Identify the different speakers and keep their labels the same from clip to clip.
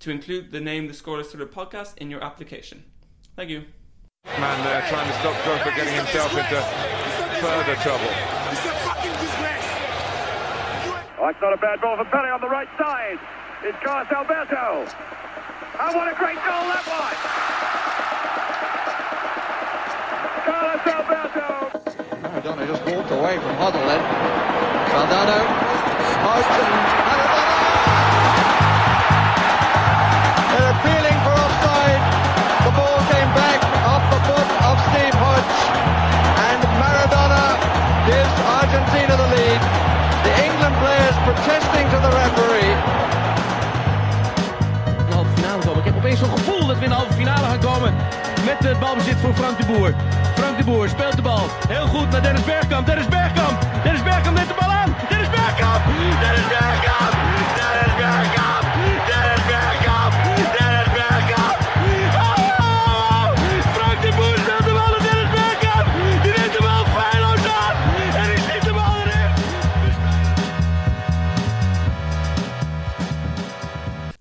Speaker 1: to include the name The Scoreless Thriller podcast in your application. Thank you.
Speaker 2: Man there trying to stop Drogba getting himself into further trouble.
Speaker 3: Oh, it's not a bad ball for Pele on the right side. It's Carlos Alberto. Oh, what a great goal that was! Carlos Alberto.
Speaker 4: Maradona just walked away from Huddle then. Saldano smokes and Maradona! They're appealing for offside. The ball came back off the foot of Steve Hodge. And Maradona gives Argentina the lead. The England players protesting to the referee.
Speaker 5: een halve finale komen. Ik heb opeens zo'n gevoel dat we in de halve finale gaan komen. Met het balbezit voor Frank de Boer. Frank de Boer speelt de bal. Heel goed naar Dennis Bergkamp. Dennis Bergkamp. Dennis Bergkamp neemt de bal aan. Dennis Bergkamp. Dennis Bergkamp. Dennis Bergkamp. Dennis Bergkamp. Dennis Bergkamp. Oh! Frank de Boer speelt de bal naar Dennis Bergkamp. Die neemt de bal feilloos aan. En die schiet de bal erin.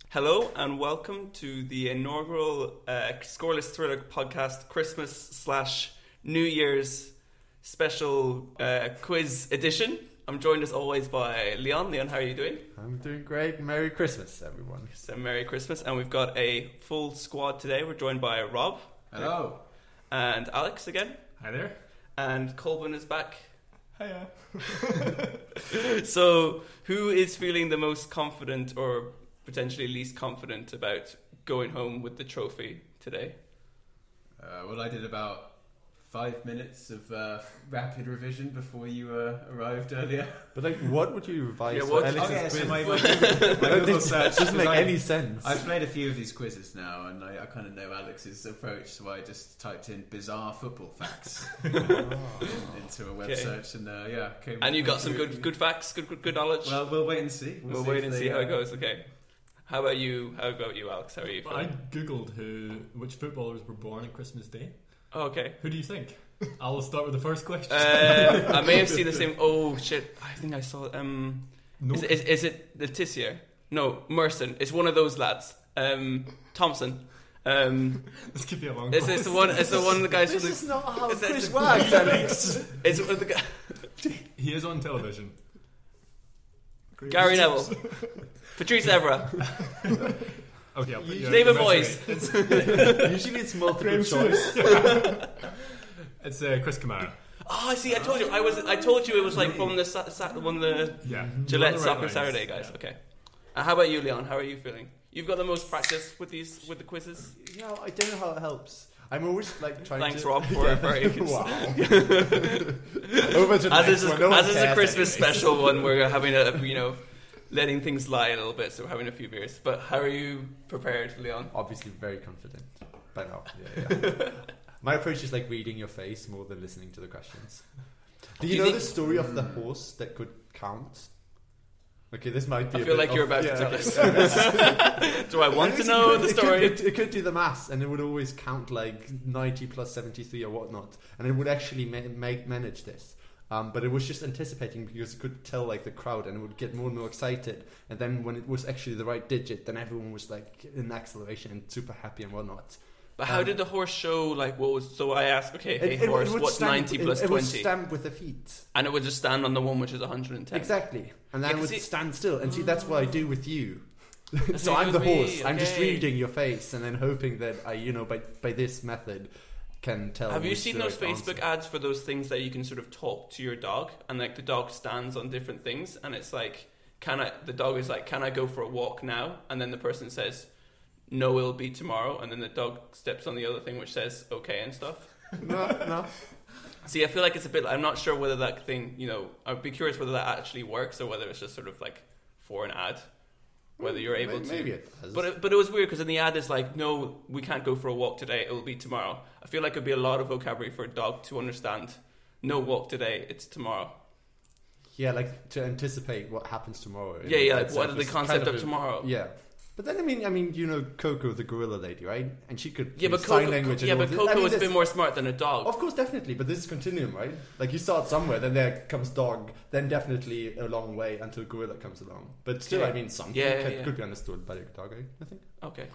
Speaker 1: Hello and welcome to the inaugural uh, Scoreless Thriller podcast Christmas slash New Year's special uh, quiz edition. I'm joined as always by Leon. Leon, how are you doing?
Speaker 6: I'm doing great. Merry Christmas, everyone.
Speaker 1: So Merry Christmas, and we've got a full squad today. We're joined by Rob
Speaker 6: Hello.
Speaker 1: and Alex again,
Speaker 6: Hi there.
Speaker 1: and Colvin is back. Hiya. so, who is feeling the most confident or potentially least confident about going home with the trophy today?
Speaker 7: Uh, well, I did about five minutes of uh, rapid revision before you uh, arrived earlier.
Speaker 6: But like, what would you revise?
Speaker 1: Yeah,
Speaker 6: for
Speaker 1: what-
Speaker 6: Alex's
Speaker 7: Okay, so
Speaker 6: quiz?
Speaker 7: my- my Google- my
Speaker 6: That
Speaker 7: Google
Speaker 6: doesn't-
Speaker 7: search,
Speaker 6: doesn't make
Speaker 7: because I-
Speaker 6: any sense.
Speaker 7: I've played a few of these quizzes now, and I, I kind of know Alex's approach, so I just typed in bizarre football facts into a web
Speaker 1: Okay.
Speaker 7: search, and uh, yeah, came
Speaker 1: And you
Speaker 7: came
Speaker 1: got some
Speaker 7: through.
Speaker 1: good, good facts, good, good, good knowledge.
Speaker 7: Well, we'll wait and see.
Speaker 1: we'll wait
Speaker 7: if
Speaker 1: and
Speaker 7: they,
Speaker 1: see how
Speaker 7: uh,
Speaker 1: it goes. Okay. How about you? How about you, Alex? How are you?
Speaker 8: Well, I
Speaker 1: Feeling?
Speaker 8: googled who which footballers were born on Christmas Day.
Speaker 1: Oh, okay.
Speaker 8: Who do you think? I'll start with the first question.
Speaker 1: Uh, I may have seen the same. Oh shit! I think I saw. Um,
Speaker 8: no,
Speaker 1: is, it, is, is it Letitia? No, Merson. It's one of those lads. Um, Thompson. Um,
Speaker 8: this could be a long.
Speaker 1: It's,
Speaker 8: one.
Speaker 1: it's the one. It's the one. The guys.
Speaker 6: this
Speaker 1: from
Speaker 6: is
Speaker 1: the,
Speaker 6: not how
Speaker 1: Is that
Speaker 6: quiz
Speaker 1: the-
Speaker 6: works, Alex.
Speaker 1: it's one of the guy-
Speaker 8: He is on television.
Speaker 1: Gary Neville, Patrice Evra,
Speaker 8: Okay, I'll put you
Speaker 1: David
Speaker 8: out of
Speaker 1: Moyes.
Speaker 8: misery.
Speaker 6: Usually it's multiple
Speaker 8: Graham
Speaker 6: choice.
Speaker 8: It's uh, Chris Kamara.
Speaker 1: Oh, I see. I told you. I was. I told you it was like from the sa- sa- one of the
Speaker 8: Yeah,
Speaker 1: Gillette
Speaker 8: You're Mm-hmm. on the right
Speaker 1: Soccer
Speaker 8: lines.
Speaker 1: Saturday guys.
Speaker 8: Yeah.
Speaker 1: Okay. Uh, how about you, Leon? How are you feeling? You've got the most practice with these with the quizzes.
Speaker 6: Yeah, I don't know how it helps. I'm always like trying
Speaker 1: Thanks,
Speaker 6: to.
Speaker 1: Rob, for a very-
Speaker 6: wow. Over to the
Speaker 1: As this
Speaker 6: next
Speaker 1: is
Speaker 6: one. No one
Speaker 1: as this is a
Speaker 6: cares
Speaker 1: Christmas
Speaker 6: anyway.
Speaker 1: special one, we're having a you know letting things lie a little bit, so we're having a few beers. But how are you prepared, Leon?
Speaker 6: Obviously, very confident. By now, yeah, yeah. My approach is like reading your face more than listening to the questions. Do you,
Speaker 1: you
Speaker 6: know
Speaker 1: think- Hmm.
Speaker 6: the story of the horse that could count? Okay, this might be.
Speaker 1: I
Speaker 6: a
Speaker 1: feel
Speaker 6: bit
Speaker 1: like you're
Speaker 6: off-
Speaker 1: about to
Speaker 6: yeah.
Speaker 1: take it. Do I want to know the
Speaker 6: It could-
Speaker 1: story?
Speaker 6: It, it could do the maths, and it would always count like ninety plus seventy-three or whatnot, and it would actually ma- make manage this. Um, but it was just anticipating because it could tell like the crowd, and it would get more and more excited. And then when it was actually the right digit, then everyone was like in acceleration and super happy and whatnot.
Speaker 1: But how did the horse show? Like, what was? So I asked, okay, hey
Speaker 6: would-
Speaker 1: horse,
Speaker 6: Uh, would
Speaker 1: what's
Speaker 6: stamp-
Speaker 1: ninety
Speaker 6: it-
Speaker 1: plus
Speaker 6: It would
Speaker 1: twenty?
Speaker 6: stamp with the feet.
Speaker 1: and it would just stand on the one which is one hundred and ten.
Speaker 6: Exactly. And then
Speaker 1: Yeah,
Speaker 6: I would
Speaker 1: 'cause it-
Speaker 6: stand still. And see, that's what I do with you. so
Speaker 1: what you
Speaker 6: I'm
Speaker 1: do
Speaker 6: the
Speaker 1: with me,
Speaker 6: horse. I'm just
Speaker 1: okay.
Speaker 6: reading your face and then hoping that I, you know, by, by this method can tell.
Speaker 1: Have you
Speaker 6: which
Speaker 1: seen those
Speaker 6: direct
Speaker 1: Facebook
Speaker 6: answer.
Speaker 1: ads for those things that you can sort of talk to your dog, and like the dog stands on different things, and it's like, can I? The dog is like, can I go for a walk now? And then the person says, no, it'll be tomorrow, and then the dog steps on the other thing which says okay and stuff.
Speaker 6: No, no.
Speaker 1: See, I feel like it's a bit. I'm not sure whether that thing, you know, I'd be curious whether that actually works or whether it's just sort of like for an ad, whether you're able
Speaker 6: Mm, may-
Speaker 1: to.
Speaker 6: maybe it does.
Speaker 1: But it, but it was weird because in the ad it's like, no, we can't go for a walk today. It will be tomorrow. I feel like it'd be a lot of vocabulary for a dog to understand. No walk today. It's tomorrow.
Speaker 6: Yeah, like to anticipate what happens tomorrow.
Speaker 1: Yeah, yeah, like,
Speaker 6: That's
Speaker 1: what are the
Speaker 6: it's
Speaker 1: concept of
Speaker 6: a-
Speaker 1: tomorrow?
Speaker 6: Yeah. But then I mean, I mean, you know, Coco, the gorilla lady, right? And she could
Speaker 1: Yeah,
Speaker 6: do
Speaker 1: but
Speaker 6: sign
Speaker 1: Coco,
Speaker 6: language. and
Speaker 1: yeah,
Speaker 6: all
Speaker 1: but
Speaker 6: this.
Speaker 1: Coco
Speaker 6: I mean,
Speaker 1: is a
Speaker 6: this-
Speaker 1: bit more smart than a dog.
Speaker 6: Of course, definitely, but this is continuum, right? Like you start somewhere, then there comes dog, then definitely a long way until gorilla comes along. But still,
Speaker 1: Yeah.
Speaker 6: I mean, something
Speaker 1: Yeah, yeah,
Speaker 6: could,
Speaker 1: yeah.
Speaker 6: could be understood by the dog, eh? I think.
Speaker 1: Okay.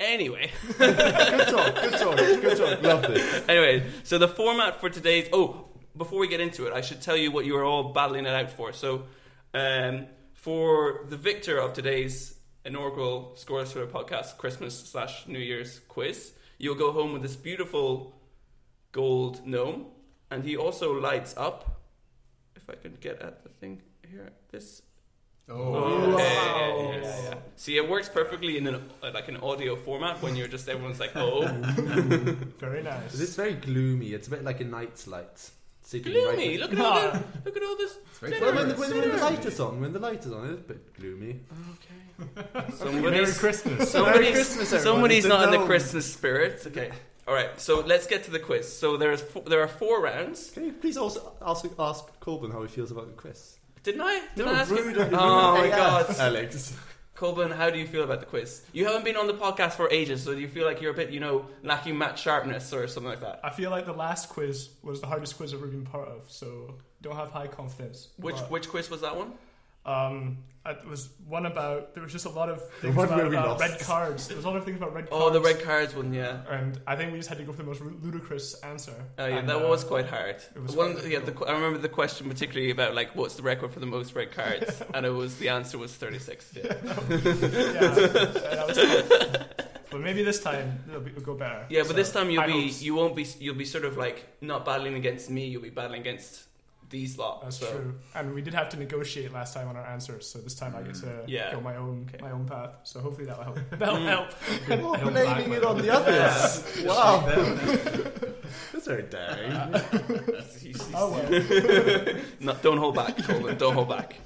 Speaker 1: Anyway.
Speaker 6: Good talk, good talk, good talk. Love this.
Speaker 1: anyway, so the format for today's. Oh, before we get into it, I should tell you what you are all battling it out for. So, um, for the victor of today's inaugural Scoreless Twitter podcast Christmas slash New Year's quiz, you'll go home with this beautiful gold gnome, and he also lights up. If I can get at the thing here, this.
Speaker 7: Oh,
Speaker 1: Yeah, yeah, yeah. See, it works perfectly in an like an audio format when you're just everyone's like, oh.
Speaker 8: Very nice.
Speaker 6: This is very gloomy. It's a bit like a night's light. Sitting right-
Speaker 1: Gloomy. Look at all this. Look at all this.
Speaker 7: very
Speaker 6: Well, when,
Speaker 7: gloomy.
Speaker 6: the, when, when the light is on, when the light is on, it's a bit gloomy.
Speaker 8: Merry
Speaker 1: Somebody's,
Speaker 8: Christmas.
Speaker 1: somebody's,
Speaker 6: Christmas, everyone.
Speaker 1: somebody's
Speaker 6: It's a
Speaker 1: not in the
Speaker 6: gnome.
Speaker 1: Christmas spirit. Okay. All right. So let's get to the quiz. So there is four, there are four rounds.
Speaker 6: Can you please also ask ask Corbin how he feels about the quiz?
Speaker 1: Didn't I? Didn't
Speaker 6: No,
Speaker 1: I ask you?
Speaker 6: rude.
Speaker 1: Oh my god,
Speaker 6: Alex.
Speaker 1: Colbin, how do you feel about the quiz? You haven't been on the podcast for ages, so do you feel like you're a bit, you know, lacking match sharpness or something like that?
Speaker 9: I feel like the last quiz was the hardest quiz I've ever been part of, so don't have high confidence.
Speaker 1: Which
Speaker 9: But,
Speaker 1: which quiz was that one?
Speaker 9: Um, it was one about there was just a lot of things
Speaker 6: one
Speaker 9: about,
Speaker 6: where we
Speaker 9: about
Speaker 6: lost.
Speaker 9: red cards. There was a lot of things about red cards.
Speaker 1: Oh, the red cards one. Yeah.
Speaker 9: And I think we just had to go for the most ludicrous answer.
Speaker 1: Oh, yeah,
Speaker 9: And,
Speaker 1: that
Speaker 9: uh,
Speaker 1: was quite hard.
Speaker 9: it was
Speaker 1: One,
Speaker 9: quite
Speaker 1: yeah, the, I remember the question particularly about like what's the record for the most red cards, and it was the answer was thirty six. Yeah.
Speaker 9: Yeah, that was tough. but maybe this time it'll, be, it'll go better.
Speaker 1: Yeah, but
Speaker 9: So,
Speaker 1: this time you'll
Speaker 9: high
Speaker 1: be
Speaker 9: hopes.
Speaker 1: you won't be you'll be sort of like not battling against me. You'll be battling against these lot.
Speaker 9: That's
Speaker 1: so.
Speaker 9: true. And we did have to negotiate last time on our answers, so this time I get to
Speaker 1: Mm, Yeah. Mm.
Speaker 9: go my own my own path. So hopefully that'll help. That'll help.
Speaker 6: Oh, blaming it on the others. Wow. That's very daring.
Speaker 9: Oh well.
Speaker 1: No, don't hold back, Colin. don't hold back.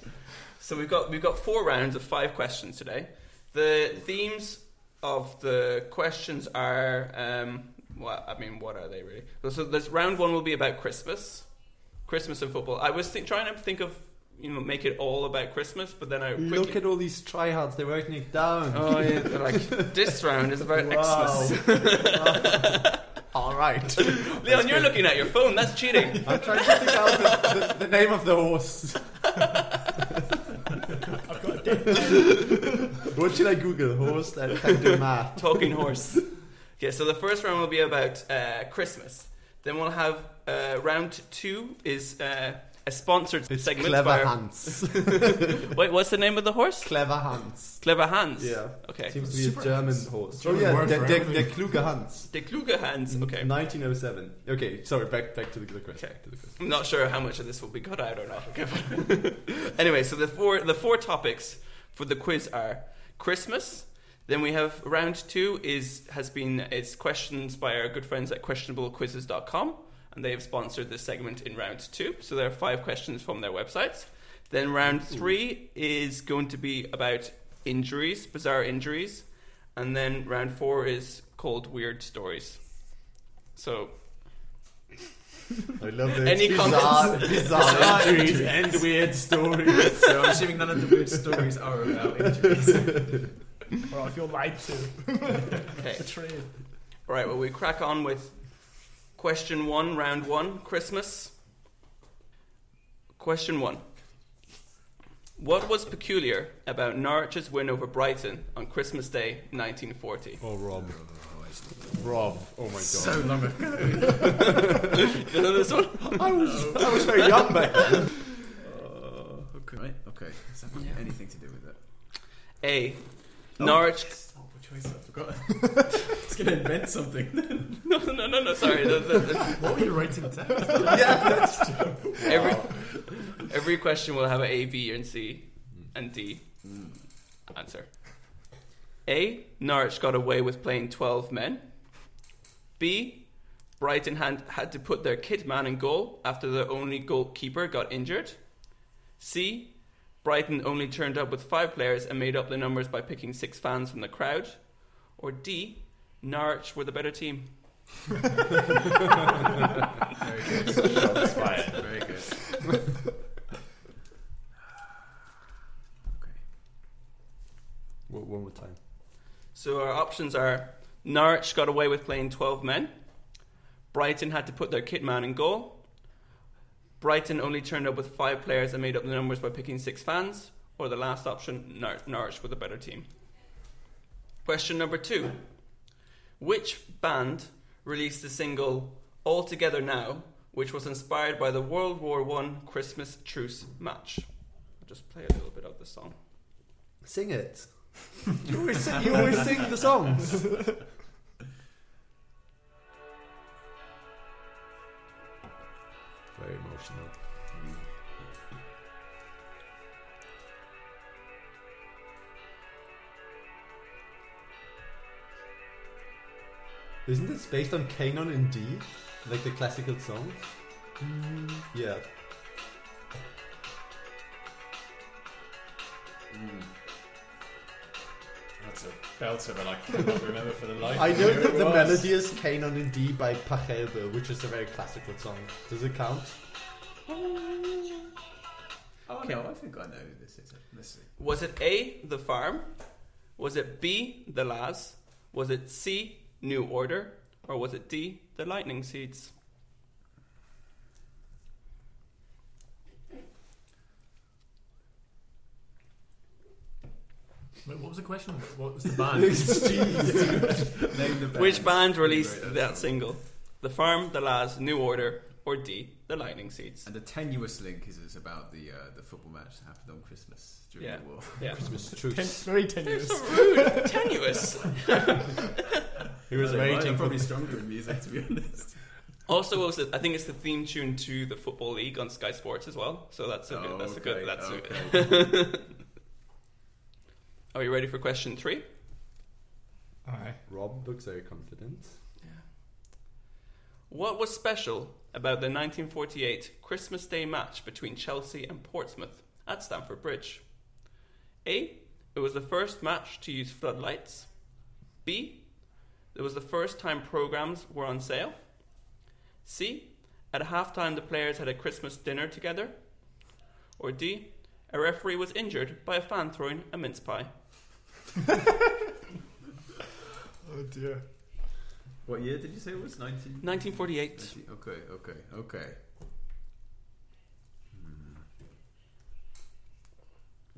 Speaker 1: So we've got we've got four rounds of five questions today. The themes of the questions are um, well, I mean, what are they really? So this round one will be about Christmas, Christmas and football. I was think, trying to think of you know make it all about Christmas, but then I quickly,
Speaker 6: Look at all these tryhards, they're writing it down.
Speaker 1: oh yeah, they're like this round is about Xmas.
Speaker 6: all right.
Speaker 1: Leon, you're looking at your phone. That's cheating.
Speaker 6: I'm trying to think out the, the, the name of the horse. what should I Google? Horse that can do math.
Speaker 1: Talking horse. Okay, so the first round will be about uh, Christmas. Then we'll have uh, round two is uh, a sponsored
Speaker 6: It's
Speaker 1: segment.
Speaker 6: clever
Speaker 1: by our-
Speaker 6: Hans.
Speaker 1: Wait, what's the name of the horse?
Speaker 6: clever Hans.
Speaker 1: Clever Hans.
Speaker 6: Yeah.
Speaker 1: Okay.
Speaker 6: Seems to be a German horse.
Speaker 8: German
Speaker 6: oh yeah,
Speaker 8: word
Speaker 6: der,
Speaker 8: for
Speaker 6: der,
Speaker 8: everything.
Speaker 6: der kluge Hans.
Speaker 1: The Kluger Hans. Okay.
Speaker 6: 1907. Okay, sorry, back back to the, the question.
Speaker 1: Okay.
Speaker 6: To the question.
Speaker 1: I'm not sure how much of this will be cut out or not. Okay. anyway, so the four the four topics for the quiz are Christmas. Then we have round two is has been it's questions by our good friends at questionablequizzes.com, and they have sponsored this segment in round two. So there are five questions from their websites. Then round three is going to be about injuries, bizarre injuries, and then round four is called weird stories. So
Speaker 6: I love it.
Speaker 7: Any
Speaker 6: bizarre,
Speaker 7: comments?
Speaker 6: bizarre
Speaker 7: Bizarre
Speaker 6: injuries
Speaker 7: injuries.
Speaker 6: and weird stories.
Speaker 7: So I'm assuming none of the weird stories are about injuries.
Speaker 9: Or I feel lied to.
Speaker 1: Okay.
Speaker 9: Betrayed.
Speaker 1: All right, well, we crack on with question one, round one, Christmas. Question one. What was peculiar about Norwich's win over Brighton on Christmas Day 1940?
Speaker 6: Oh, Rob. Rob. Oh my god.
Speaker 7: So long ago.
Speaker 1: you know this one?
Speaker 6: I was, I was very young back then.
Speaker 7: okay. Right? Okay. Does that have anything to do with it?
Speaker 1: A. Norwich.
Speaker 7: Oh, what choice? I forgot. It's going to invent something.
Speaker 1: No, no, no, no, sorry. No, no, no.
Speaker 7: what were you writing down?
Speaker 1: Every, every question will have an A, B, and C, and D answer. A. Norwich got away with playing 12 men. B. Brighton had, had to put their kid man in goal after their only goalkeeper got injured. C. Brighton only turned up with five players and made up the numbers by picking six fans from the crowd. Or D. Norwich were the better team.
Speaker 7: Very good. Very good. Okay.
Speaker 6: One one more time.
Speaker 1: So our options are Norwich got away with playing 12 men. Brighton had to put their kit man in goal. Brighton only turned up with five players and made up the numbers by picking six fans. Or the last option, Nor- Norwich with a better team. Question number two Which band released the single All Together Now, which was inspired by the World War One Christmas truce match? I'll just play a little bit of the song.
Speaker 6: Sing it. You always sing, you always sing the songs. Very emotional. Isn't this based on Canon in D? Like the classical song? Yeah.
Speaker 8: That's a belter, but I cannot remember for the life.
Speaker 6: I
Speaker 8: of
Speaker 6: know
Speaker 8: me who
Speaker 6: that
Speaker 8: it
Speaker 6: the
Speaker 8: was.
Speaker 6: melody is Canon in D by Pachelbel, which is a very classical song. Does it count?
Speaker 7: Oh no, I think I know who this is. Let's see.
Speaker 1: Was it A, the farm? Was it B, the Laz? Was it C, New Order? Or was it D, the Lightning Seeds?
Speaker 8: Wait, what was the question? What was the band?
Speaker 7: Name the band.
Speaker 1: Which band released
Speaker 7: Anyway,
Speaker 1: that single? The farm, the Laz, New Order, or D, the Lightning Seeds?
Speaker 7: And the tenuous link is it's about the uh, the football match that happened on Christmas during
Speaker 1: Yeah.
Speaker 7: the war.
Speaker 1: Yeah.
Speaker 6: Mr. Truth.
Speaker 9: Ten- very tenuous.
Speaker 1: So rude, tenuous.
Speaker 6: He
Speaker 7: Well,
Speaker 6: was
Speaker 7: they might-
Speaker 6: waiting
Speaker 7: I'm
Speaker 6: for
Speaker 7: probably stronger in music, to be honest.
Speaker 1: Also, was it- I think it's the theme tune to the Football League on Sky Sports as well. So that's a good. Oh, That's a good. That's a good. Are you ready for question three?
Speaker 9: Aye.
Speaker 6: Rob looks very confident.
Speaker 1: What was special about the 1948 Christmas Day match between Chelsea and Portsmouth at Stamford Bridge? A. It was the first match to use floodlights. B. It was the first time programmes were on sale. C. At halftime, the players had a Christmas dinner together. Or D. A referee was injured by a fan throwing a mince pie.
Speaker 9: Oh dear.
Speaker 7: What year did you say it was? 19?
Speaker 1: 1948.
Speaker 7: Okay, okay, okay.
Speaker 6: Hmm.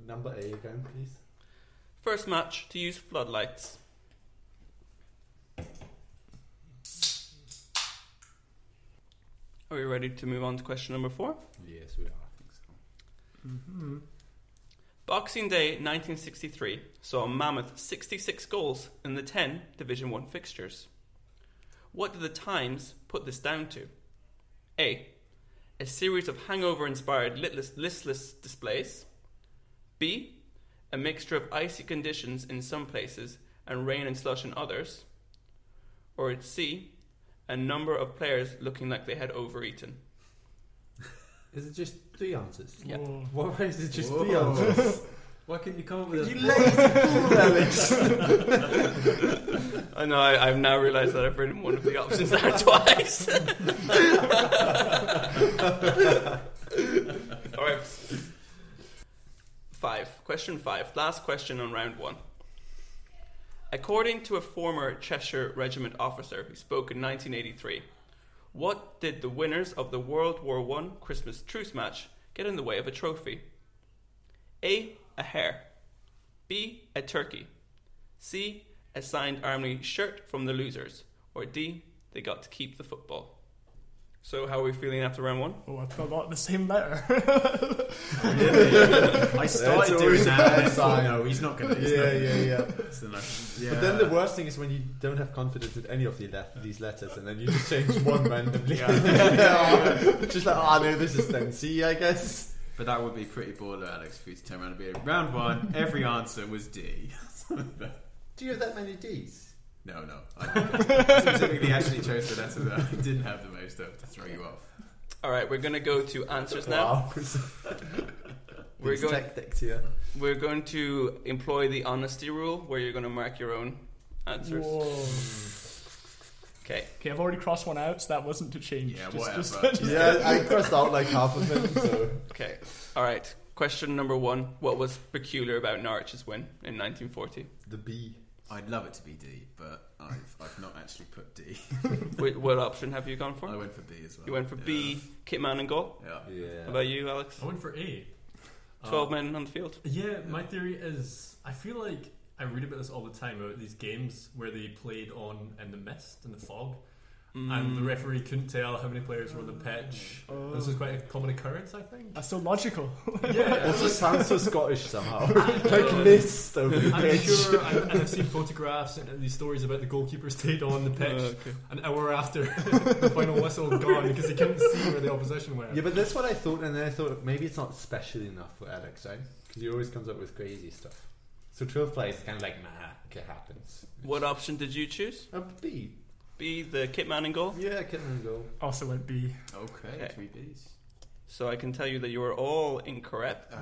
Speaker 6: Number A again, please.
Speaker 1: First match to use floodlights. Are we ready to move on to question number four?
Speaker 6: Yes, we are.
Speaker 1: Boxing Day 1963 saw a mammoth 66 goals in the 10 Division 1 fixtures. What did the Times put this down to? A. A series of hangover inspired listless, listless displays. B. A mixture of icy conditions in some places and rain and slush in others. Or it's C. A number of players looking like they had overeaten.
Speaker 6: Is it just three answers?
Speaker 1: Yeah.
Speaker 9: Whoa.
Speaker 6: Why is it just
Speaker 7: Whoa.
Speaker 6: three answers?
Speaker 7: Why couldn't you come up with
Speaker 9: You
Speaker 7: a
Speaker 9: lazy fool, Alex.
Speaker 1: I know. I, I've now realised that I've written one of the options down twice. All right. Five. Question five. Last question on round one. According to a former Cheshire Regiment officer who spoke in 1983, what did the winners of the World War One Christmas truce match get in the way of a trophy? A. A hare. B. A turkey. C. A signed army shirt from the losers. Or D. They got to keep the football. So, how are we feeling after round one?
Speaker 9: Oh, I've got the same letter.
Speaker 7: I started doing that. And I thought, no, he's not going to.
Speaker 6: Yeah, yeah, yeah.
Speaker 7: yeah.
Speaker 6: But then the worst thing is when you don't have confidence in any of the le- these letters, and then you just change one randomly.
Speaker 7: Yeah.
Speaker 6: just like, oh no, this is then C, I guess.
Speaker 7: But that would be pretty baller, Alex, for you to turn around and be like, round one. Every answer was D.
Speaker 6: Do you have that many D's?
Speaker 7: no, no. I specifically actually chose the letter that I didn't have the most of to throw you off.
Speaker 1: All right, we're going to go to answers now.
Speaker 6: Wow.
Speaker 1: We're
Speaker 6: These
Speaker 1: going,
Speaker 6: tactics here.
Speaker 1: we're going to employ the honesty rule where you're going to mark your own answers. Okay.
Speaker 9: Okay, I've already crossed one out, so that wasn't to change.
Speaker 7: Yeah,
Speaker 9: Just- just-
Speaker 7: whatever.
Speaker 9: just-
Speaker 6: Yeah, I crossed out like half of them. So
Speaker 1: Okay. All right. Question number one What was peculiar about Norwich's win in 1940?
Speaker 6: the B.
Speaker 7: I'd love it to be D, but I've, I've not actually put D.
Speaker 1: Wh- what option have you gone
Speaker 7: I
Speaker 1: for?
Speaker 7: went for B as well.
Speaker 1: You went for
Speaker 7: Yeah.
Speaker 1: B, Kitman and goal.
Speaker 7: Yeah.
Speaker 1: How
Speaker 6: Yeah.
Speaker 1: about you, Alex?
Speaker 8: I went for A. Uh,
Speaker 1: 12 men on the field.
Speaker 8: Yeah, my theory is I feel like I read about this all the time about these games where they played on in the mist and the fog, and the referee couldn't tell how many players were on the pitch. This is quite a common occurrence, I think.
Speaker 9: Oh. That's so logical.
Speaker 8: Yeah,
Speaker 6: Also sounds so Scottish somehow. like mist over the
Speaker 8: I'm
Speaker 6: pitch.
Speaker 8: sure, i and I've seen photographs and, and these stories about the goalkeeper stayed on the pitch
Speaker 9: Oh,
Speaker 8: an hour after the final whistle gone because they couldn't see where the opposition were.
Speaker 6: Yeah, but that's what I thought, and then I thought maybe it's not special enough for Alex, right? Because he always comes up with crazy stuff. So 12 plays is kind of like, nah, it happens.
Speaker 1: What option did you choose?
Speaker 6: A B.
Speaker 1: B, the Kitman and goal.
Speaker 6: Yeah, Kitman goal.
Speaker 9: also went B.
Speaker 7: Okay,
Speaker 1: Okay.
Speaker 7: three Bs.
Speaker 1: So I can tell you that you were all incorrect.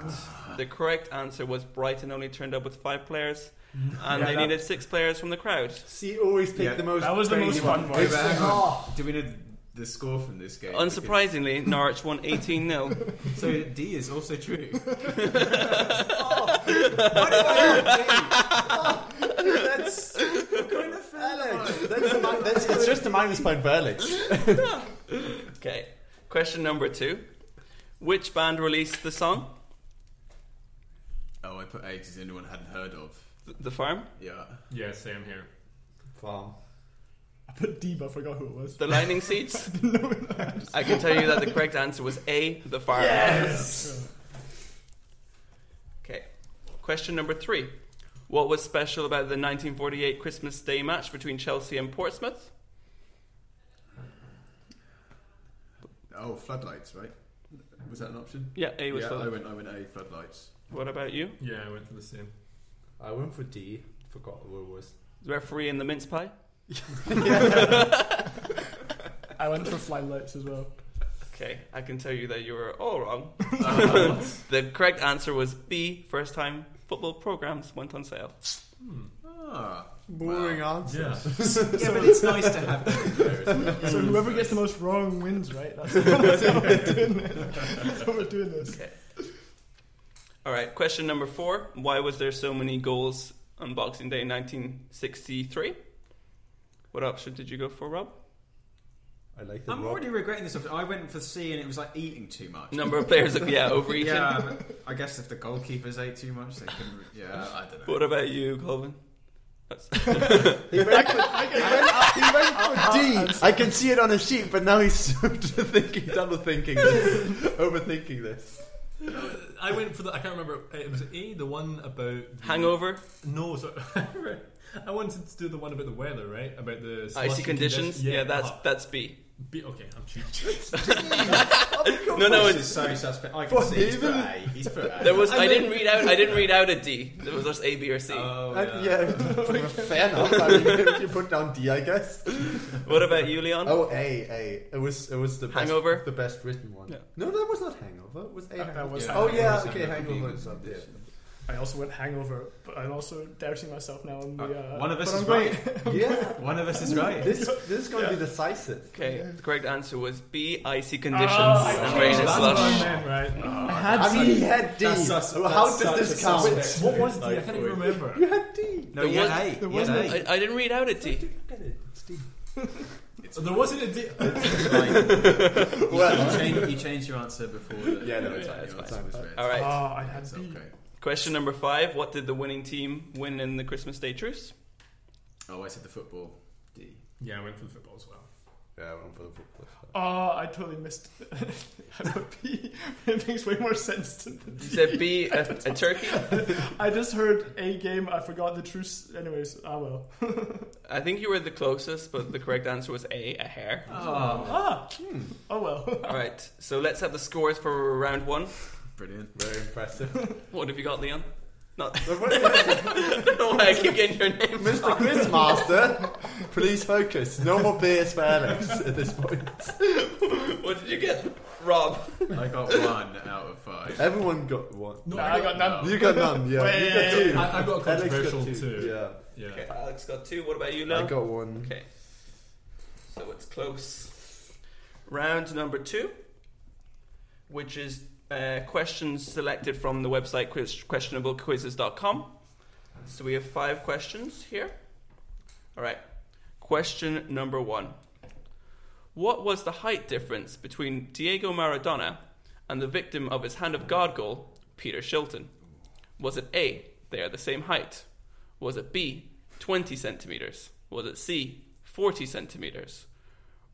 Speaker 1: the correct answer was Brighton only turned up with five players, and
Speaker 9: Yeah,
Speaker 1: they
Speaker 9: that-
Speaker 1: needed six players from the crowd.
Speaker 6: See, always pick
Speaker 7: Yeah,
Speaker 6: the most.
Speaker 9: that was the
Speaker 6: crazy
Speaker 9: most fun one.
Speaker 6: It's
Speaker 7: Wait, but
Speaker 6: like,
Speaker 7: hang on.
Speaker 6: oh,
Speaker 7: Do we know the score from this game?
Speaker 1: Unsurprisingly, Norwich won 18 0.
Speaker 7: Because- So D is also true.
Speaker 6: Oh, that's. Alex, that's, a min- that's it's just a minus point for Alex.
Speaker 1: Okay. Question number two Which band released the song?
Speaker 7: Oh, I put A because anyone hadn't heard of.
Speaker 1: Th- The Farm?
Speaker 7: Yeah.
Speaker 8: Yeah, same here.
Speaker 6: Farm.
Speaker 9: I put D, but I forgot who it was.
Speaker 1: The Lightning Seeds? I can tell you that the correct answer was A, The Farm. Okay. Question number three. What was special about the 1948 Christmas Day match between Chelsea and Portsmouth?
Speaker 7: Oh, floodlights, right? Was that an option?
Speaker 1: Yeah, A was
Speaker 7: yeah,
Speaker 1: for-
Speaker 7: I went. I went A floodlights.
Speaker 1: What about you?
Speaker 8: Yeah, I went for the same.
Speaker 6: I went for D. Forgot what it was.
Speaker 1: The referee and the mince pie?
Speaker 9: I went for fly lights as well.
Speaker 1: Okay, I can tell you that you were all wrong.
Speaker 7: Uh,
Speaker 1: the correct answer was B, first time football programs went on sale.
Speaker 7: Ah,
Speaker 6: Boring answer.
Speaker 8: Yeah.
Speaker 7: yeah, but it's nice to have that there as well.
Speaker 9: So whoever gets the most wrong wins, right? That's, that's how we're doing it. That's how we're doing this.
Speaker 1: Okay. All right, question number four. Why was there so many goals on Boxing Day 1963? What option did you go for, Rob?
Speaker 6: I like the
Speaker 7: I'm
Speaker 6: Rob.
Speaker 7: already regretting this. option. I went for C, and it was like eating too much.
Speaker 1: Number of players, yeah, overeating.
Speaker 7: Yeah, but I guess if the goalkeepers ate too much, they couldn't. Re- yeah, I don't know.
Speaker 1: What about you, Colvin? That's-
Speaker 6: He went for, he went up- he went for D. I can see it on a sheet, but now he's thinking, double thinking this, overthinking this.
Speaker 8: I went for the. I can't remember. It was A, the one about the-
Speaker 1: Hangover?
Speaker 8: No, so I wanted to do the one about the weather, right? About the
Speaker 1: Icy
Speaker 8: slushy
Speaker 1: conditions? Yeah, that's
Speaker 8: uh-huh.
Speaker 1: that's B.
Speaker 8: B- okay. I'm cheating.
Speaker 1: No, no,
Speaker 7: This is
Speaker 1: it's,
Speaker 7: so suspect. I can see he's put A. He's put A.
Speaker 1: there was. I didn't read out. I didn't read out a D. There was just A, B, or C.
Speaker 7: Oh,
Speaker 6: I- yeah, fair enough. I mean, if you put down D, I guess.
Speaker 1: What about you, Leon?
Speaker 6: Oh, A, A. It was, it was the best,
Speaker 1: Hangover?
Speaker 6: the best written one.
Speaker 1: Yeah.
Speaker 6: No, that was not Hangover. It was A.
Speaker 9: That- that
Speaker 6: hangover.
Speaker 9: was
Speaker 6: oh
Speaker 9: Hangover.
Speaker 6: yeah,
Speaker 7: Hangover
Speaker 6: okay,
Speaker 7: being
Speaker 6: Hangover
Speaker 7: good
Speaker 6: is up there.
Speaker 9: I also went hangover, but I'm also doubting myself now on the. Uh,
Speaker 7: One of us is
Speaker 9: but I'm going-
Speaker 7: right.
Speaker 9: I'm
Speaker 7: Yeah. One of us is right.
Speaker 6: This, this is going to be decisive.
Speaker 1: Okay, the correct answer was B, icy conditions
Speaker 9: Ah,
Speaker 1: and
Speaker 9: okay.
Speaker 1: rain and
Speaker 9: That's
Speaker 1: slush.
Speaker 9: my man, right? I
Speaker 7: Uh,
Speaker 6: I
Speaker 9: had
Speaker 6: mean,
Speaker 9: some-
Speaker 6: he had D.
Speaker 7: That's sus-
Speaker 6: How
Speaker 7: that's
Speaker 6: does
Speaker 7: such
Speaker 6: this
Speaker 7: a
Speaker 6: count?
Speaker 7: suspect.
Speaker 9: Wait, what was the? I
Speaker 7: Like,
Speaker 9: can't even
Speaker 7: for it.
Speaker 9: remember.
Speaker 6: You had D.
Speaker 7: No,
Speaker 1: There
Speaker 7: you had
Speaker 1: was-
Speaker 7: eight.
Speaker 9: there
Speaker 7: You had
Speaker 9: wasn't
Speaker 7: eight.
Speaker 1: I, I didn't read out it, T.
Speaker 6: Look at it. It's D.
Speaker 8: There wasn't a D.
Speaker 7: you, changed, you changed your answer before. The,
Speaker 6: Yeah, no, it's
Speaker 7: your
Speaker 6: fine, it's
Speaker 7: answer
Speaker 6: fine.
Speaker 7: was
Speaker 6: All
Speaker 7: read.
Speaker 1: All right.
Speaker 9: Ah, I had
Speaker 7: It's
Speaker 9: B.
Speaker 7: okay.
Speaker 1: Question number five. What did the winning team win in the Christmas Day truce?
Speaker 7: Oh, I said the football. D.
Speaker 8: Yeah, I went for the football as well.
Speaker 6: Yeah, well, for the football.
Speaker 9: Ah, I totally missed. I put B. It makes way more sense than the
Speaker 1: You
Speaker 9: D.
Speaker 1: said B, a, a turkey.
Speaker 9: I just heard a game. I forgot the truce. Anyways, ah well.
Speaker 7: Uh,
Speaker 1: I think you were the closest, but the correct answer was A, a hare.
Speaker 9: ah,
Speaker 7: hmm.
Speaker 9: oh well.
Speaker 1: All right. So let's have the scores for round one.
Speaker 7: Brilliant.
Speaker 6: Very impressive.
Speaker 1: What have you got, Leon? Not. I don't know why I keep getting your name.
Speaker 6: Mr. Quizmaster, please focus. No more beers for Alex at this point.
Speaker 1: What did you get, Rob?
Speaker 7: I got one out of five. Oh,
Speaker 6: Everyone got one.
Speaker 9: No, I got none.
Speaker 6: You got none, yeah. you got two.
Speaker 8: I, I got a
Speaker 6: Alex
Speaker 8: controversial
Speaker 6: got two.
Speaker 8: too.
Speaker 6: Yeah.
Speaker 8: Yeah.
Speaker 1: Okay, Alex got two. What about you,
Speaker 6: I
Speaker 1: Leon?
Speaker 6: got one.
Speaker 1: Okay. So it's close. Round number two, which is uh, questions selected from the website quiz, questionablequizzes.com. So we have five questions here. All right. Question number one What was the height difference between Diego Maradona and the victim of his hand of God goal, Peter Shilton? Was it A, they are the same height? Was it B, 20 centimeters? Was it C, 40 centimeters?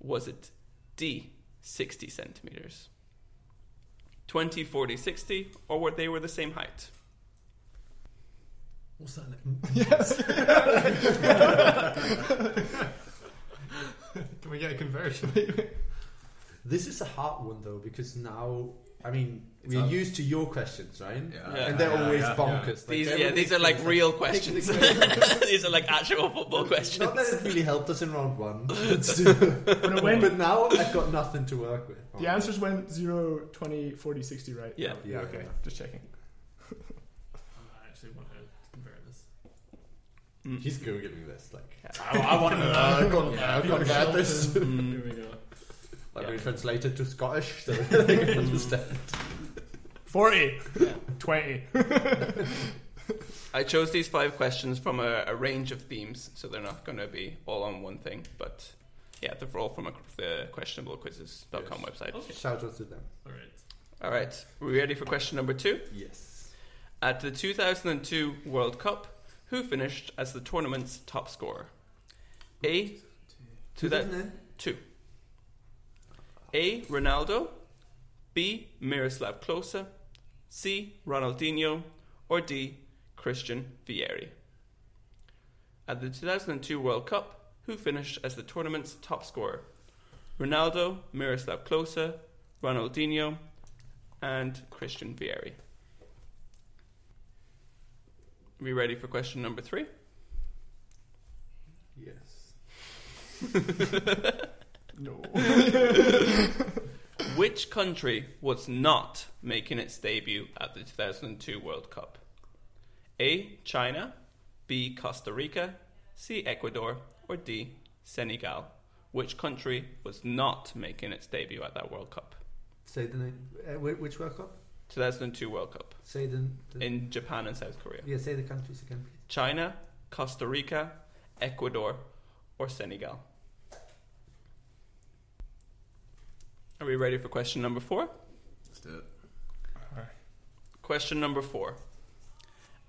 Speaker 1: Was it D, 60 centimeters? 20, 40, 60, or were they were the same height?
Speaker 8: What's that? name?
Speaker 9: Can we get a conversion?
Speaker 6: This is a hard one though because now, I mean, we're
Speaker 7: hard.
Speaker 6: used to your questions, right?
Speaker 7: Yeah.
Speaker 6: And they're
Speaker 7: Yeah,
Speaker 6: always
Speaker 7: yeah,
Speaker 6: bonkers.
Speaker 7: yeah.
Speaker 6: Like,
Speaker 1: These,
Speaker 6: they're
Speaker 1: yeah, these are like
Speaker 6: ridiculous.
Speaker 1: real questions. these are like actual football questions.
Speaker 6: Not that it really helped us in round one, but
Speaker 9: But when
Speaker 6: but now I've got nothing to work with.
Speaker 9: the answers went 0, 20, 40, 60, right?
Speaker 1: Yeah.
Speaker 6: Yeah,
Speaker 9: okay.
Speaker 6: yeah.
Speaker 9: Just checking.
Speaker 8: I actually want to convert this.
Speaker 6: He's googling this, like
Speaker 9: I, want to know.
Speaker 6: I've gone, I've gone bad this.
Speaker 8: Mm. Here we go.
Speaker 6: Like
Speaker 1: Yeah.
Speaker 6: we translated to Scottish, so they can understand.
Speaker 9: 40, 20.
Speaker 1: I chose these five questions from a, a range of themes, so they're not going to be all on one thing, but yeah, they're all from a, the questionablequizzes.com website.
Speaker 6: Shout out to them.
Speaker 8: All right.
Speaker 1: All right, we ready for question number two?
Speaker 6: Yes.
Speaker 1: At the 2002 World Cup, who finished as the tournament's top scorer? A. 2002. A. Ronaldo. B. Miroslav Klose. C. Ronaldinho. Or D. Christian Vieri. At the 2002 World Cup, who finished as the tournament's top scorer? Ronaldo, Miroslav Klose, Ronaldinho, and Christian Vieri. We ready for question number three?
Speaker 6: Yes.
Speaker 9: No.
Speaker 1: Which country was not making its debut at the 2002 World Cup? A. China, B. Costa Rica, C. Ecuador, or D. Senegal. Which country was not making its debut at that World Cup?
Speaker 6: Say the name. Uh, whi- which World Cup?
Speaker 1: 2002 World Cup
Speaker 6: Say the. the
Speaker 1: in Japan and South Korea.
Speaker 6: yeah, say the countries again, please.
Speaker 1: China, Costa Rica, Ecuador, or Senegal. Are we ready for question number four?
Speaker 7: Let's do it.
Speaker 1: Question number four.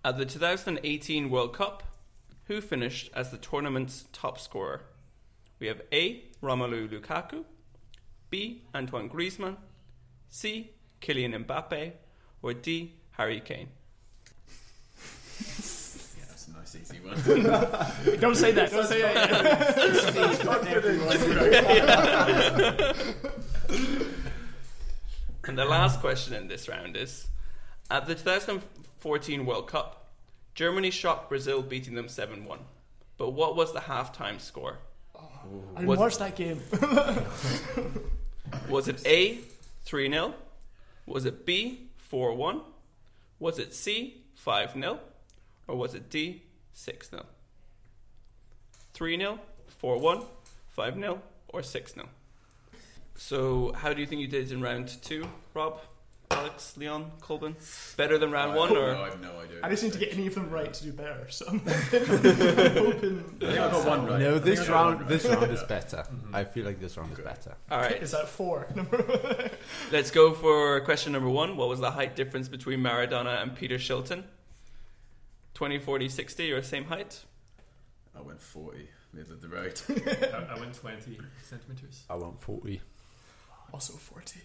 Speaker 1: At the 2018 World Cup, who finished as the tournament's top scorer? We have A. Romelu Lukaku, B. Antoine Griezmann, C. Kylian Mbappe, or D. Harry Kane.
Speaker 7: Yeah, that's a nice easy one.
Speaker 9: Don't say that. Don't say that.
Speaker 1: And the last question in this round is At the 2014 World Cup, Germany shocked Brazil, beating them 7 1. But what was the halftime score?
Speaker 9: I didn't
Speaker 1: Was-
Speaker 9: watch that game.
Speaker 1: Was it A, 3 0? Was it B, 4 1? Was it C, 5 0? Or was it D 6 0? 3 0, 4 1, 5 0, or 6 0? So, how do you think you did in round two, Rob, Alex, Leon, Colbin? Better than round
Speaker 7: I
Speaker 1: one,
Speaker 7: don't
Speaker 1: or
Speaker 7: know, I have no idea.
Speaker 9: I just need to get any of them right to do better. So I'm hoping.
Speaker 7: I think I got one right. I
Speaker 6: No,
Speaker 7: think I
Speaker 6: this
Speaker 7: got one
Speaker 6: round,
Speaker 7: right.
Speaker 6: this round is better. I feel like this round is better.
Speaker 1: all right?
Speaker 9: Is that four?
Speaker 1: Let's go for question number one. What was the height difference between Maradona and Peter Shilton? 20, 40, 60, or same height?
Speaker 7: I went 40, middle of the road.
Speaker 8: I, I went 20 centimeters.
Speaker 6: I want forty.
Speaker 9: also forty.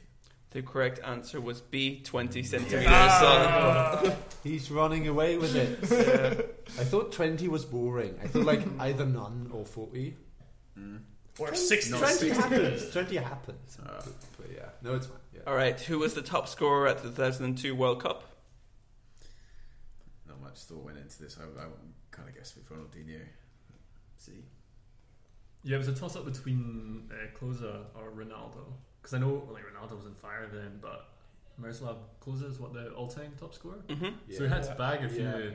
Speaker 1: The correct answer was B, 20 centimeters.
Speaker 6: He's running away with it. I thought twenty was boring. I thought like either none or forty.
Speaker 9: Or sixty.
Speaker 7: Not
Speaker 6: Twenty
Speaker 7: 60.
Speaker 6: happens. Twenty happens.
Speaker 7: Uh,
Speaker 6: But yeah, no, it's fine. Yeah.
Speaker 1: All right, who was the top scorer at the 2002 World Cup?
Speaker 7: not much thought went into this. I, I kind of guessed with Ronaldinho. See,
Speaker 8: Yeah, it was a toss up between uh, Klose or Ronaldo. Because I know like Ronaldo was on fire then, but Miroslav Klose is what the all time top scorer. Mm-hmm. So he had to bag a few uh,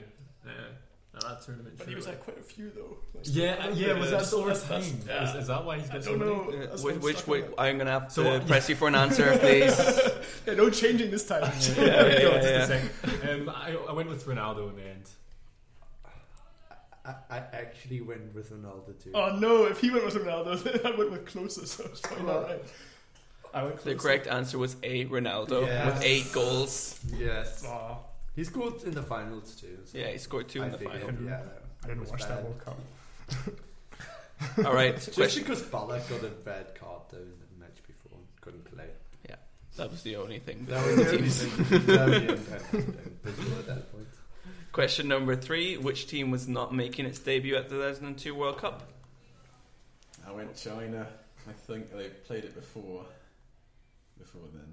Speaker 8: at that tournament.
Speaker 9: But he was
Speaker 8: surely.
Speaker 9: like quite a few though. Like,
Speaker 8: yeah, yeah, was that
Speaker 9: that's-
Speaker 8: the
Speaker 9: that's-
Speaker 8: last time?
Speaker 9: that's-
Speaker 8: Is, is that why he's got
Speaker 9: I
Speaker 8: so
Speaker 9: don't
Speaker 8: many?
Speaker 9: know.
Speaker 1: Uh,
Speaker 9: That's
Speaker 1: which,
Speaker 9: what I'm
Speaker 1: which,
Speaker 9: stuck
Speaker 1: which
Speaker 9: on.
Speaker 1: I'm going to have
Speaker 8: So
Speaker 1: to
Speaker 8: what-
Speaker 1: press you for an answer, please.
Speaker 9: Yeah, no changing this time.
Speaker 8: There we
Speaker 1: Yeah,
Speaker 8: go,
Speaker 1: yeah,
Speaker 8: just a sec. Um, I, I went with Ronaldo in the end.
Speaker 6: I, I actually went with Ronaldo too.
Speaker 9: oh no! If he went with Ronaldo, then I went with closer. So it's probably not right. I went
Speaker 1: The
Speaker 9: closer.
Speaker 1: correct answer was A, Ronaldo,
Speaker 6: Yes.
Speaker 1: with eight goals.
Speaker 6: Yes,
Speaker 9: Aw,
Speaker 6: he scored in the finals too. so
Speaker 1: Yeah, he scored two
Speaker 6: I
Speaker 1: in the
Speaker 6: think,
Speaker 1: final.
Speaker 6: Yeah,
Speaker 9: I didn't
Speaker 6: was
Speaker 9: watch that
Speaker 6: bad.
Speaker 9: World Cup.
Speaker 1: All right,
Speaker 6: Just
Speaker 1: question.
Speaker 6: because Ballack got a bad card though in the match before and couldn't play.
Speaker 1: Yeah, that was the only thing.
Speaker 6: That was the only thing. that was the only thing visible at that point.
Speaker 1: Question number three Which team was not making its debut at the 2002 World Cup?
Speaker 7: I went China. I think they played it before. Before then,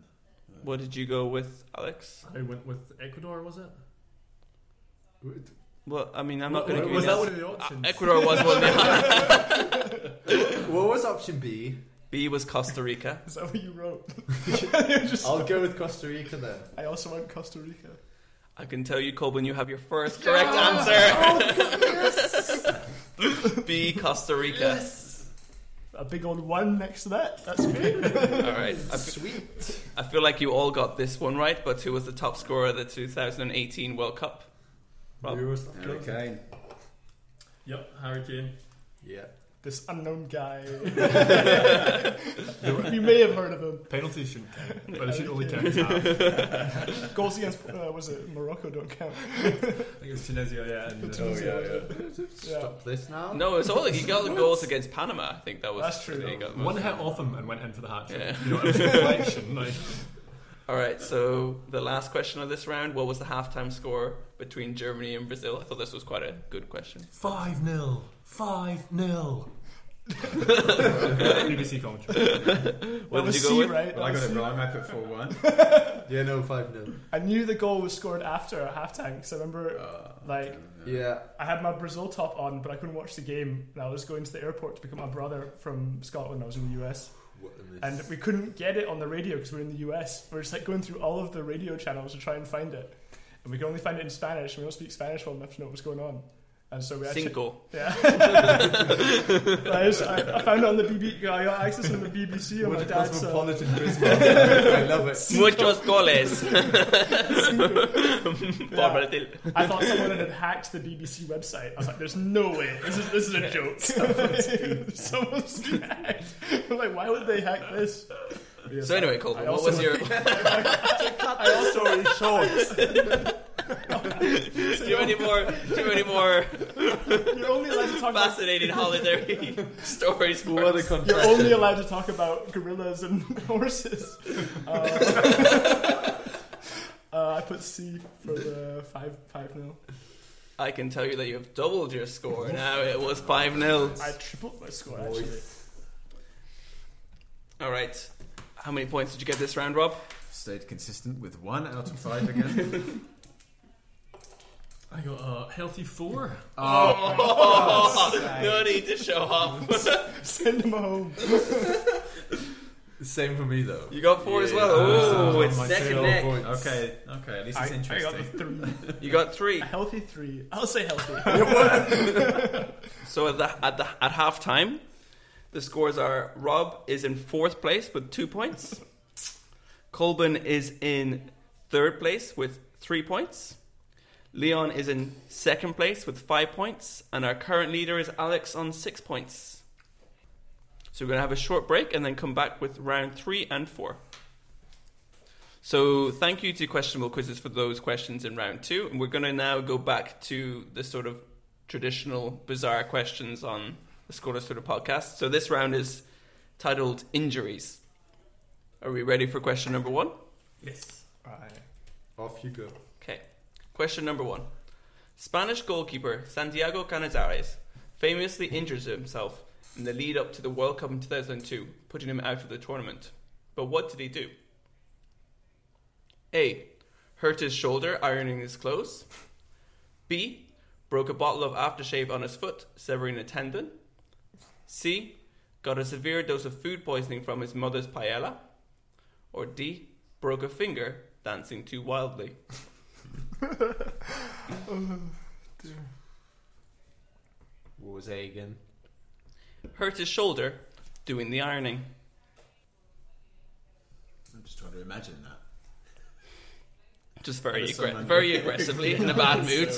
Speaker 1: What did you go with, Alex?
Speaker 8: I went with Ecuador, was it?
Speaker 1: Well, I mean, I'm not
Speaker 8: What-
Speaker 1: going to
Speaker 8: what- was
Speaker 1: give you
Speaker 8: that
Speaker 1: an
Speaker 8: one of the
Speaker 1: answer.
Speaker 8: options?
Speaker 1: Uh, Ecuador was one of the
Speaker 6: What was option B?
Speaker 1: B was Costa Rica.
Speaker 9: Is that what you wrote?
Speaker 6: I'll go with Costa Rica then.
Speaker 9: I also went Costa Rica.
Speaker 1: I can tell you, Colbin, you have your first correct answer. B, Costa Rica.
Speaker 9: A big old one next to that. That's great.
Speaker 1: All right. I f- I feel like you all got this one right, but who was the top scorer of the 2018 World Cup? Rob?
Speaker 7: Harry Kane.
Speaker 8: Yep, Harry Kane.
Speaker 6: Yeah.
Speaker 9: this unknown guy. you may have heard of him.
Speaker 8: Penalties shouldn't count, but it should only count as half. I think
Speaker 9: Goals against uh, was it Morocco don't count.
Speaker 8: it was Tunisia, yeah. And, uh,
Speaker 6: Stop this now.
Speaker 1: No, it's all you got the goals against Panama. I think that was
Speaker 9: That's true,
Speaker 1: they
Speaker 9: though.
Speaker 1: got most.
Speaker 8: one hit off him and went in for the hat trick.
Speaker 1: Yeah.
Speaker 8: You know, it was a reflection. Like,
Speaker 1: All right, so the last question of this round: What was the halftime score between Germany and Brazil? I thought this was quite a good question.
Speaker 8: 5 0. 5 0. BBC commentary.
Speaker 1: What
Speaker 9: that was
Speaker 1: did you go
Speaker 9: C,
Speaker 1: with?
Speaker 9: right?
Speaker 7: Well, I
Speaker 9: That
Speaker 7: got
Speaker 9: was
Speaker 7: it
Speaker 9: C.
Speaker 7: wrong. I put four one.
Speaker 6: Yeah, no five no.
Speaker 9: I knew the goal was scored after at halftime because I remember, like,
Speaker 6: Yeah.
Speaker 9: I had my Brazil top on, but I couldn't watch the game. And I was going to the airport to pick up my brother from Scotland. I was in the US,
Speaker 6: What a miss.
Speaker 9: and we couldn't get it on the radio because we're in the US. We are just like going through all of the radio channels to try and find it, and we could only find it in Spanish. And we don't speak Spanish well enough to know what was going on, and so we actually.
Speaker 1: Cinco.
Speaker 9: Yeah, I, just- I, I found it on the BBC. I got access on the BBC on
Speaker 6: what
Speaker 9: my
Speaker 6: a
Speaker 9: dad's. uh,
Speaker 6: cosmopolitan Christmas. I love it.
Speaker 1: Muchos goles. Por Brazil.
Speaker 9: I thought someone had hacked the BBC website. I was like, "There's no way. This is this is a joke. Someone's been hacked." I'm like, "Why would they hack this?" Yes,
Speaker 1: So anyway, Colton, what was your? Do
Speaker 9: I also already short.
Speaker 1: you have any more? Do you have any more
Speaker 9: You're only allowed to talk. About,
Speaker 1: fascinating holiday stories? For
Speaker 6: What a
Speaker 1: us?
Speaker 9: you're
Speaker 6: contrast.
Speaker 9: only allowed to talk about gorillas and horses. Uh, uh, I put C for the five five nil.
Speaker 1: I can tell you that you have doubled your score. Now it was five 0
Speaker 9: I tripled my score actually.
Speaker 1: All right. How many points did you get this round, Rob?
Speaker 7: Stayed consistent with one out of five again.
Speaker 8: I got a healthy 4.
Speaker 1: No need to show off.
Speaker 9: Send him home.
Speaker 6: Same for me though.
Speaker 1: You got four as well.
Speaker 7: Yeah.
Speaker 1: Oh,
Speaker 7: Uh,
Speaker 1: it's
Speaker 7: my
Speaker 1: second
Speaker 7: tail
Speaker 1: neck.
Speaker 7: points. Okay, okay, at least it's
Speaker 9: I, I
Speaker 7: interesting.
Speaker 9: got the three.
Speaker 1: You got three.
Speaker 9: A healthy three. I'll say healthy.
Speaker 1: So at the, at the at half time, the scores are Rob is in fourth place with two points. Colbin is in third place with three points. Leon is in second place with five points, and our current leader is Alex on six points. So we're gonna have a short break and then come back with round three and four. So thank you to questionable quizzes for those questions in round two, and we're going to now go back to the sort of traditional bizarre questions on the Scoreless Twitter podcast. So this round is titled injuries. Are we ready for question number one?
Speaker 9: yes. Right.
Speaker 6: Off you go.
Speaker 1: Okay. Question number one. Spanish goalkeeper Santiago Canizares famously injures himself in the lead up to the World Cup in 2002, putting him out of the tournament. But what did he do? A. Hurt his shoulder ironing his clothes. B. Broke a bottle of aftershave on his foot, severing a tendon. C. Got a severe dose of food poisoning from his mother's paella. Or D. Broke a finger dancing too wildly.
Speaker 6: What was A again?
Speaker 1: hurt his shoulder doing the ironing.
Speaker 7: I'm just trying to imagine that.
Speaker 1: Just very
Speaker 7: That's
Speaker 1: aggra-
Speaker 7: so
Speaker 1: very aggressively in a bad mood.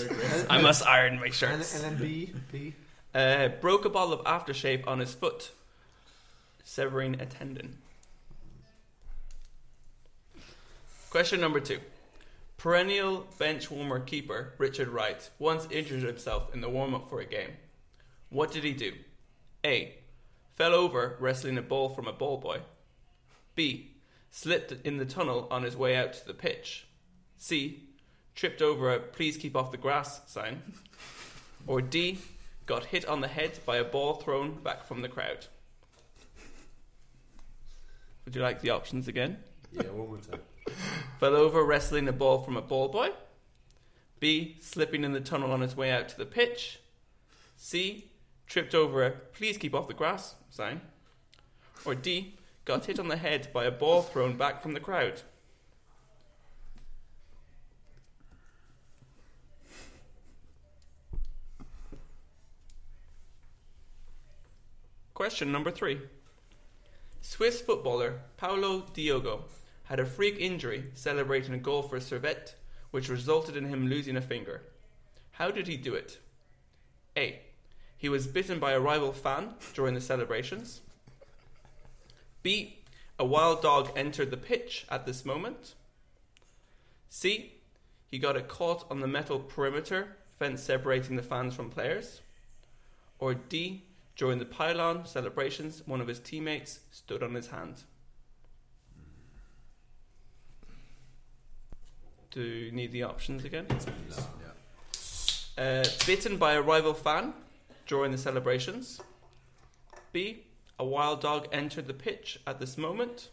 Speaker 1: I must iron my
Speaker 6: And,
Speaker 1: shirts.
Speaker 6: and then B, B.
Speaker 1: Uh, broke a bottle of aftershave on his foot, severing a tendon. Question number two. Perennial bench warmer keeper Richard Wright once injured himself in the warm up for a game. What did he do? A. Fell over wrestling a ball from a ball boy. B. Slipped in the tunnel on his way out to the pitch. C. Tripped over a please keep off the grass sign. Or D. Got hit on the head by a ball thrown back from the crowd. Would you like the options again?
Speaker 6: Yeah, one more time.
Speaker 1: fell over wrestling a ball from a ball boy. B. Slipping in the tunnel on his way out to the pitch. C. Tripped over a please keep off the grass sign. Or D. Got hit on the head by a ball thrown back from the crowd. Question number three. Swiss footballer Paulo Diogo had a freak injury celebrating a goal for Servette, which resulted in him losing a finger. How did he do it? A. He was bitten by a rival fan during the celebrations. B. A wild dog entered the pitch at this moment. C. He got it caught on the metal perimeter fence separating the fans from players. Or D. During the pylon celebrations, one of his teammates stood on his hand. Do you need the options again?
Speaker 7: Yeah.
Speaker 1: Uh, bitten by a rival fan during the celebrations. B. A wild dog entered the pitch at this moment.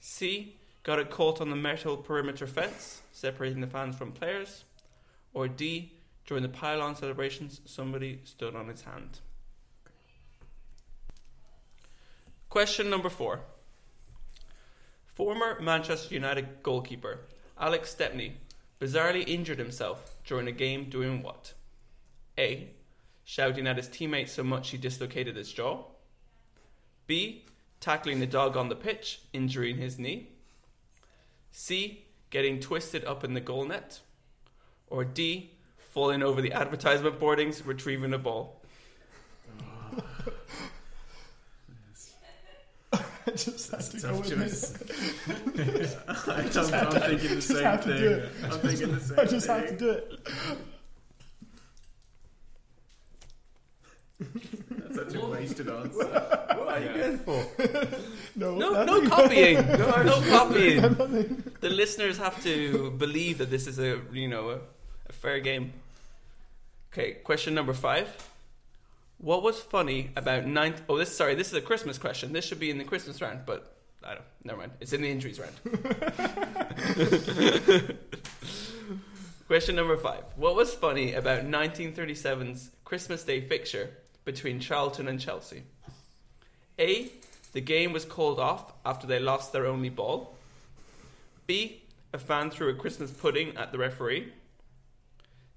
Speaker 1: C. Got it caught on the metal perimeter fence, separating the fans from players. Or D. During the pylon celebrations, somebody stood on his hand. Question number four. Former Manchester United goalkeeper Alex Stepney bizarrely injured himself during a game doing what? A. Shouting at his teammates so much he dislocated his jaw. B. Tackling a dog on the pitch, injuring his knee. C. Getting twisted up in the goal net. Or D. Falling over the advertisement boardings, retrieving a ball.
Speaker 9: just have to
Speaker 7: It's a
Speaker 9: go
Speaker 7: tough
Speaker 9: with
Speaker 7: choice.
Speaker 9: it.
Speaker 7: I'm, I'm thinking the same
Speaker 9: have to do
Speaker 7: thing.
Speaker 9: it.
Speaker 7: I'm thinking the same
Speaker 9: I just have to
Speaker 7: thing.
Speaker 9: do it.
Speaker 7: That's such a wasted answer.
Speaker 6: What are you going for?
Speaker 9: No,
Speaker 1: No,
Speaker 9: that-
Speaker 1: no copying. No, copying. The listeners have to believe that this is a you know a, a fair game. Okay, question number five. What was funny about ninth? Oh, this sorry, this is a Christmas question. This should be in the Christmas round, but I don't. Never mind. It's in the injuries round. question number five. What was funny about 1937's Christmas Day fixture between Charlton and Chelsea? A. The game was called off after they lost their only ball. B. A fan threw a Christmas pudding at the referee.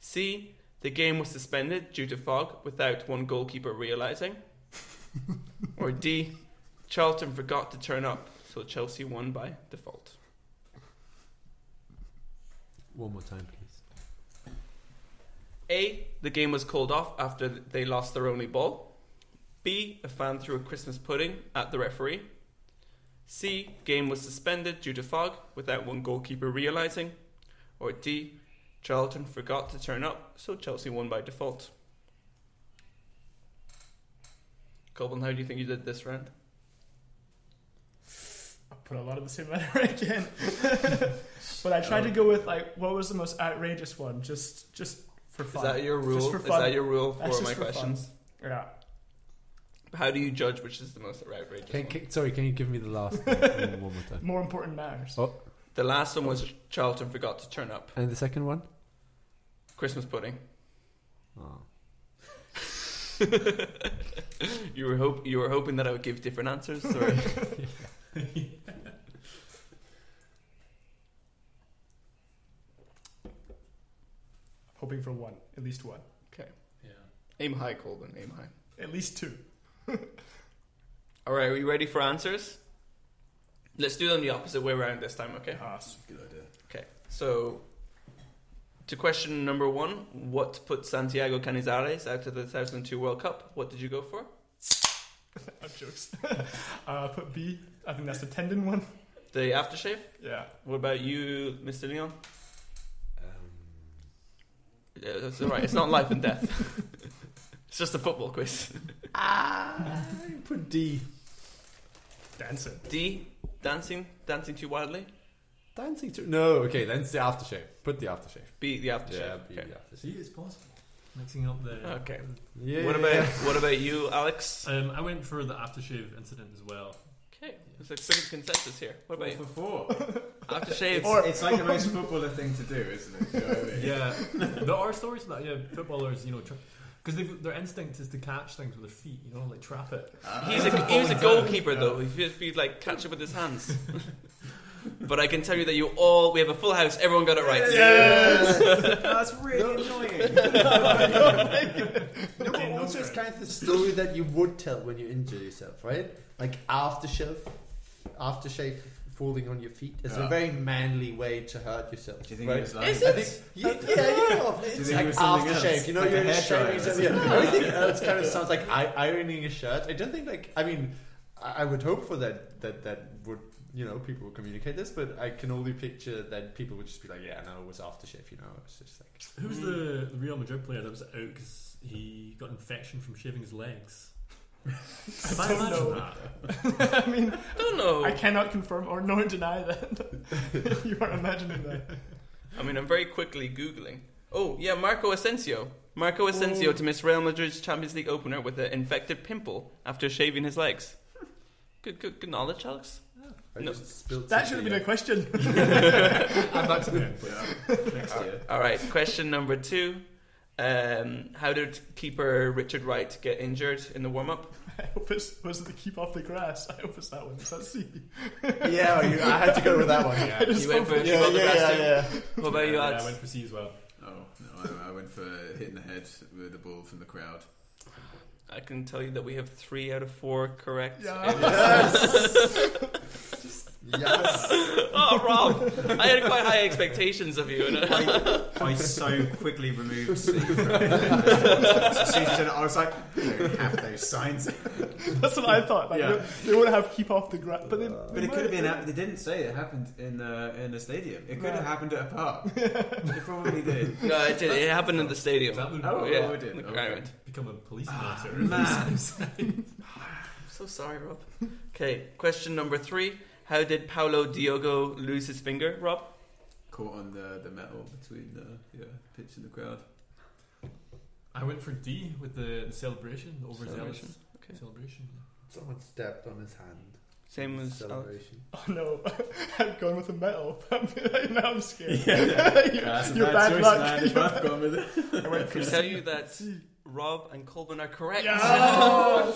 Speaker 1: C. The game was suspended due to fog without one goalkeeper realising. or D. Charlton forgot to turn up, so Chelsea won by default.
Speaker 6: One more time, please.
Speaker 1: A. The game was called off after they lost their only ball. B. A fan threw a Christmas pudding at the referee. C. Game was suspended due to fog without one goalkeeper realising. Or D. Charlton forgot to turn up, so Chelsea won by default. Copeland, how do you think you did this round?
Speaker 9: put a lot of the same letter again. but I tried to go with like what was the most outrageous one, just just for
Speaker 1: Is
Speaker 9: fun.
Speaker 1: that your rule?
Speaker 9: Just for
Speaker 1: Is
Speaker 9: fun.
Speaker 1: that your rule for
Speaker 9: That's just
Speaker 1: my
Speaker 9: fun.
Speaker 1: questions?
Speaker 9: Yeah.
Speaker 1: How do you judge which is the most outrageous
Speaker 6: Can,
Speaker 1: one?
Speaker 6: can, sorry, can you give me the last one, one more time?
Speaker 9: More important matters.
Speaker 6: Oh,
Speaker 1: The last one was Charlton forgot to turn up.
Speaker 6: and the second one?
Speaker 1: Christmas pudding.
Speaker 6: Oh.
Speaker 1: You were hope you were hoping that I would give different answers. Or
Speaker 9: Hoping for one, at least one,
Speaker 1: okay,
Speaker 8: Yeah.
Speaker 1: aim high, Colvin. Aim high.
Speaker 9: at least two.
Speaker 1: All right, are you ready for answers? Let's do them the opposite way around this time. Okay.
Speaker 9: Ah,
Speaker 7: Good idea.
Speaker 1: Okay. So, to question number one, what put Santiago Canizares out of the 2002 World Cup? What did you go for?
Speaker 9: I'm jokes. uh, put B. I think that's the tendon one.
Speaker 1: The aftershave.
Speaker 9: Yeah.
Speaker 1: What about you, Mr. Leon?
Speaker 6: Um,
Speaker 1: Yeah, that's all right. It's not life and death. it's just a football quiz.
Speaker 6: Put D.
Speaker 9: Dancing.
Speaker 1: D. Dancing, dancing too wildly.
Speaker 6: Dancing to. No, okay, then it's the aftershave. Put the aftershave.
Speaker 1: B. The aftershave.
Speaker 6: Yeah, B,
Speaker 1: okay.
Speaker 6: the aftershave.
Speaker 8: See, it's possible. Mixing up the.
Speaker 1: Okay.
Speaker 6: Yeah.
Speaker 1: What about what about you, Alex?
Speaker 8: Um, I went for the aftershave incident as well.
Speaker 1: Okay, there's a bit of consensus here. What about you?
Speaker 7: Four for four.
Speaker 1: aftershave?
Speaker 7: Or it's like the most footballer thing to do, isn't it? Do you know what I mean?
Speaker 8: Yeah, there are stories of that. Yeah, footballers, you know, because their instinct is to catch things with their feet. You know, like trap it.
Speaker 1: He's a he's a goalkeeper though. If you be like catch it with his hands. but I can tell you that you all we have a full house. Everyone got it right.
Speaker 7: That's really annoying.
Speaker 6: No, but also it's kind of the story that you would tell when you injure yourself, right? Like aftershave, aftershave falling on your feet is a
Speaker 7: Yeah.
Speaker 6: very manly way to hurt yourself.
Speaker 7: Do you think
Speaker 6: right?
Speaker 7: it was like- Is
Speaker 6: I
Speaker 7: it?
Speaker 6: think, yeah, yeah, yeah. It's
Speaker 7: think it
Speaker 6: like
Speaker 7: was something
Speaker 6: aftershave.
Speaker 7: else?
Speaker 6: You know,
Speaker 7: Like a
Speaker 6: you're
Speaker 7: hair
Speaker 6: just shaving
Speaker 7: dryer or
Speaker 6: yourself. Yeah. I think that kind of sounds like I- ironing a shirt. I don't think like I mean, I I would hope for that that that would. You know, people would communicate this, but I can only picture that people would just be like, "Yeah, no, it was aftershave." You know, it's just like
Speaker 8: Who's the, the Real Madrid player that was out because he got infection from shaving his legs? Can I imagine
Speaker 9: know.
Speaker 8: that?
Speaker 9: I mean,
Speaker 1: I don't know.
Speaker 9: I
Speaker 1: I,
Speaker 7: Oh.
Speaker 9: cannot confirm or nor deny that. you are imagining that.
Speaker 1: mean, I'm very quickly googling. Oh yeah, Marco Asensio.
Speaker 6: Oh.
Speaker 1: Marco Asensio to miss Real Madrid's Champions League opener with an infected pimple after shaving his legs. Good, good, good knowledge, Alex.
Speaker 6: I
Speaker 1: No.
Speaker 6: just spilled
Speaker 9: That
Speaker 6: some tea
Speaker 9: should have been a
Speaker 6: on-
Speaker 9: question.
Speaker 6: I'm back to the
Speaker 7: Next year.
Speaker 1: All right, question number two. Um, how did keeper Richard Wright get injured in the warm up?
Speaker 9: I hope it's wasn't the keep off the grass. I hope it's that one. Is that C?
Speaker 6: Yeah, you, I had to go with that one. Yeah,
Speaker 1: You went for
Speaker 6: yeah, yeah,
Speaker 1: the
Speaker 6: yeah,
Speaker 1: best What about you,
Speaker 8: Yeah,
Speaker 1: Alex?
Speaker 8: I went for C as well.
Speaker 7: Oh no, I, I went for hitting the head with the ball from the crowd.
Speaker 1: I can tell you that we have three out of four correct.
Speaker 6: Yes.
Speaker 1: Oh, Rob, I had quite high expectations of you. And,
Speaker 7: I, I so quickly removed C. From she said, I was like, you don't have those signs.
Speaker 9: That's what I thought. Like,
Speaker 7: Yeah.
Speaker 9: they, they would have keep off the grass, but, they,
Speaker 8: Uh,
Speaker 7: But it could have been. hap- They didn't say it happened in uh, in a stadium. It could have happened at a park. It probably did.
Speaker 1: no, it, did, it happened in the stadium.
Speaker 8: That would
Speaker 7: Oh,
Speaker 1: yeah,
Speaker 7: it did.
Speaker 1: in the
Speaker 7: Okay. Ah,
Speaker 1: ground.
Speaker 8: become a police officer.
Speaker 7: Man,
Speaker 1: I'm so sorry, Rob. Okay, question number three. How did Paulo Diogo lose his finger, Rob?
Speaker 7: caught on the the metal between the yeah, pitch and the crowd.
Speaker 8: I went for D with the, the celebration, the overzealous
Speaker 1: Celebration, okay.
Speaker 8: celebration.
Speaker 6: Someone stepped on his hand.
Speaker 1: Same as Alex.
Speaker 6: celebration.
Speaker 9: Oh no, I've gone with a metal. now I'm scared.
Speaker 7: Yeah,
Speaker 9: You're bad luck.
Speaker 7: man. If I've gone with it.
Speaker 9: I went
Speaker 1: I
Speaker 9: for
Speaker 1: can tell you that Rob and Colvin are correct.
Speaker 9: Yes!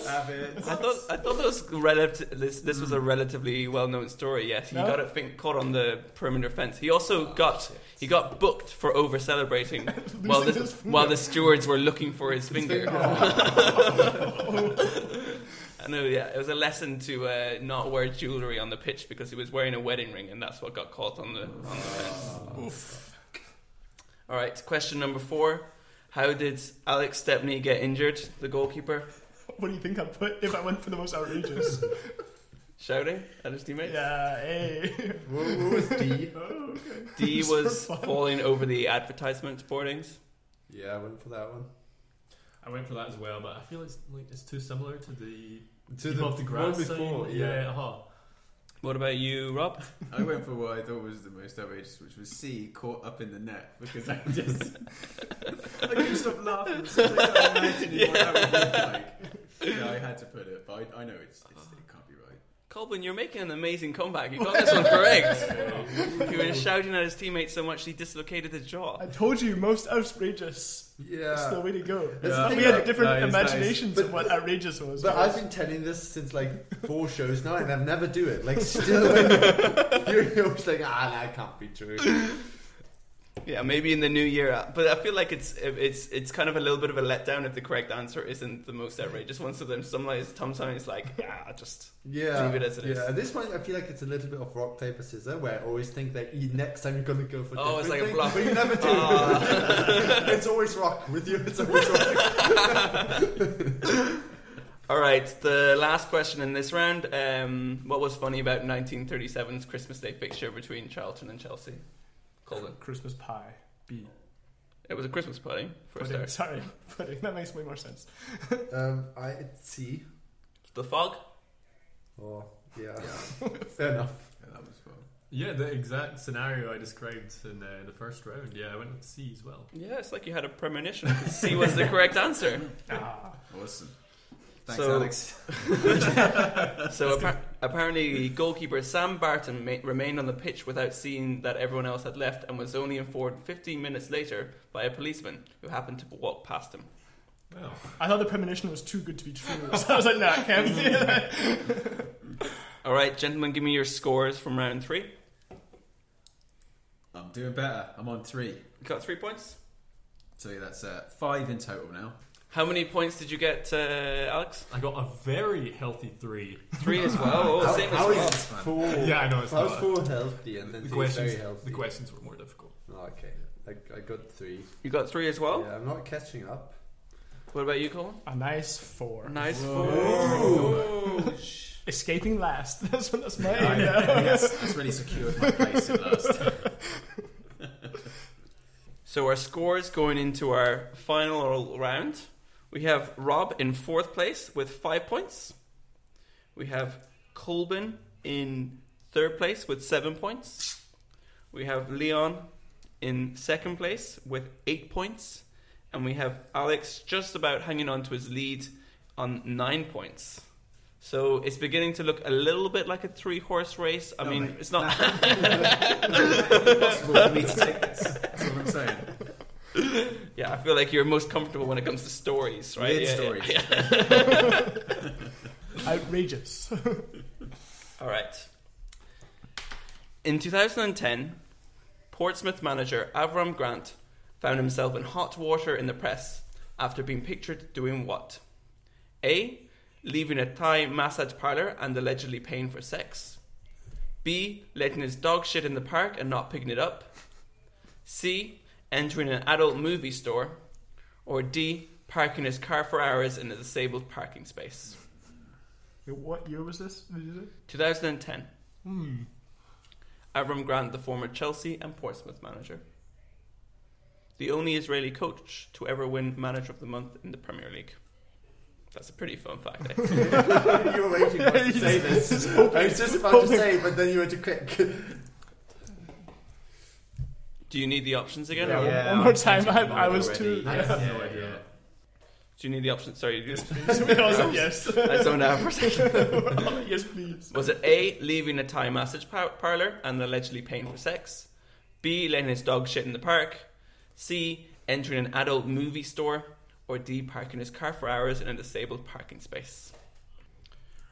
Speaker 7: Have it.
Speaker 1: I thought I thought that was relati- this this was a relatively well known story. Yes, he
Speaker 9: Hmm. No?
Speaker 1: got it think, caught on the perimeter fence. He also got he got booked for over celebrating while
Speaker 9: Losing
Speaker 1: the
Speaker 9: his finger.
Speaker 1: while the stewards were looking for his finger.
Speaker 9: Oh.
Speaker 1: I know. Yeah, it was a lesson to uh, not wear jewelry on the pitch because he was wearing a wedding ring, and that's what got caught on the on the fence. All right, question number four. How did Alex Stepney get injured, the goalkeeper?
Speaker 9: What do you think I put if I went for the most outrageous?
Speaker 1: Shouting at his teammates?
Speaker 9: yeah, hey.
Speaker 6: What, what was D?
Speaker 1: D
Speaker 9: Just
Speaker 1: was
Speaker 9: for fun.
Speaker 1: falling over the advertisement boardings.
Speaker 6: yeah, I went for that one.
Speaker 8: I went for that as well, but I feel it's like it's too similar to the
Speaker 6: To
Speaker 8: above the, grass
Speaker 6: one before,
Speaker 8: sign.
Speaker 6: yeah.
Speaker 8: uh-huh.
Speaker 1: What about you, Rob?
Speaker 7: I went for what I thought was the most outrageous, which was C caught up in the net because I just I couldn't stop laughing. So I imagining what that would look like. Yeah, I had to put it, but I, I know it's, it's it can't be right.
Speaker 1: Colbin, you're making an amazing comeback. You got this one correct. You were shouting at his teammates so much he dislocated his jaw.
Speaker 9: I told you, most outrageous.
Speaker 6: Yeah.
Speaker 9: It's the way to go.
Speaker 6: Yeah.
Speaker 9: We had different
Speaker 7: Nice, nice.
Speaker 9: imaginations
Speaker 6: But-
Speaker 9: of what outrageous was.
Speaker 6: But I've been telling this since like four shows now, and I never do it. Like still, when you're, you're always like, ah, that can't be true.
Speaker 1: Yeah, maybe in the new year. uh, But I feel like it's it's it's kind of a little bit of a letdown if the correct answer isn't the most outrageous one. So then sometimes sometimes like yeah, just
Speaker 6: Yeah,
Speaker 1: leave it as it
Speaker 6: yeah.
Speaker 1: is.
Speaker 6: At this point, I feel like it's a little bit of rock paper scissors, where I always think that you, next time you're gonna go for.
Speaker 1: Oh, it's
Speaker 6: different
Speaker 1: like a
Speaker 6: thing,
Speaker 1: bluff. Oh.
Speaker 6: but you never do. it's always rock with you. It's always rock.
Speaker 1: All right, the last question in this round. Um, what was funny about 1937's Christmas Day fixture between Charlton and Chelsea? Colvin,
Speaker 9: Christmas pie. B.
Speaker 1: it was a Christmas party for a
Speaker 9: Pudding.
Speaker 1: start.
Speaker 9: Sorry, pudding. That makes way more sense.
Speaker 6: um, I see.
Speaker 1: The fog.
Speaker 6: Oh, yeah. Fair enough.
Speaker 7: Yeah, that was fun.
Speaker 8: Yeah, the exact scenario I described in uh, the first round. Yeah, I went with C as well.
Speaker 1: Yeah, it's like you had a premonition. C was the correct answer.
Speaker 7: Awesome. Thanks,
Speaker 1: So-
Speaker 7: Alex.
Speaker 1: So appa- apparently, goalkeeper Sam Barton ma- remained on the pitch without seeing that everyone else had left, and was only informed 15 minutes later by a policeman who happened to walk past him.
Speaker 8: Well,
Speaker 9: I thought the premonition was too good to be true. So I was like, nah, I can't be.
Speaker 1: All right, gentlemen, give me your scores from round three.
Speaker 7: I'm doing better. I'm on three.
Speaker 1: You got three points.
Speaker 7: So that's uh, five in total now.
Speaker 1: How many points did you get, uh, Alex?
Speaker 8: I got a very healthy three.
Speaker 1: Three as well. Oh,
Speaker 6: How-
Speaker 1: same
Speaker 6: how
Speaker 1: as well.
Speaker 6: is four?
Speaker 8: Yeah, I know, it's
Speaker 6: I was
Speaker 8: not.
Speaker 6: four healthy, and then
Speaker 8: The
Speaker 6: three is
Speaker 8: questions,
Speaker 6: very healthy.
Speaker 8: the questions were more difficult.
Speaker 6: Oh, okay, I, I got three.
Speaker 1: You got three as well.
Speaker 6: Yeah, I'm not catching up.
Speaker 1: What about you, Colin?
Speaker 9: A nice four.
Speaker 1: Nice four.
Speaker 9: Escaping last. That's what that's my
Speaker 7: I
Speaker 9: aim.
Speaker 7: know.
Speaker 9: now.
Speaker 7: that's, that's really secured my place at last.
Speaker 1: So our scores going into our final round. We have Rob in fourth place with five points. We have Colbin in third place with seven points. We have Leon in second place with eight points. And we have Alex just about hanging on to his lead on nine points. So it's beginning to look a little bit like a three horse race. I
Speaker 7: No,
Speaker 1: mean,
Speaker 7: mate.
Speaker 1: it's not.
Speaker 7: Impossible for me to take this. That's what I'm saying.
Speaker 1: Yeah, I feel like you're most comfortable when it comes to stories, right?
Speaker 7: Weird
Speaker 1: Yeah, yeah,
Speaker 7: stories.
Speaker 1: yeah.
Speaker 9: Outrageous.
Speaker 1: All right. In 2010, Portsmouth manager Avram Grant found himself in hot water in the press after being pictured doing what? A. Leaving a Thai massage parlour and allegedly paying for sex. B. Letting his dog shit in the park and not picking it up. C. Entering an adult movie store. Or D. Parking his car for hours in a disabled parking space.
Speaker 9: what year was this? Did you say?
Speaker 1: 2010. Avram Grant, the former Chelsea and Portsmouth manager. The only Israeli coach to ever win Manager of the Month in the Premier League. That's a pretty fun fact. eh?
Speaker 6: you were waiting for us to say this. I was just about to say, but then you were too quick.
Speaker 1: Do you need the options again?
Speaker 6: Yeah.
Speaker 1: or-
Speaker 7: Yeah,
Speaker 9: One more
Speaker 7: I'm
Speaker 9: time. I,
Speaker 7: changing
Speaker 9: I
Speaker 7: mine
Speaker 9: was
Speaker 7: already.
Speaker 9: too.
Speaker 7: I have no idea.
Speaker 1: Do you need the options? Sorry, you
Speaker 9: I was like, yes.
Speaker 1: I zoned out for a second.
Speaker 9: yes, please.
Speaker 1: Was it A, leaving a Thai massage par- parlour and allegedly paying for sex? B, letting his dog shit in the park? C, entering an adult movie store? or D, parking his car for hours in a disabled parking space.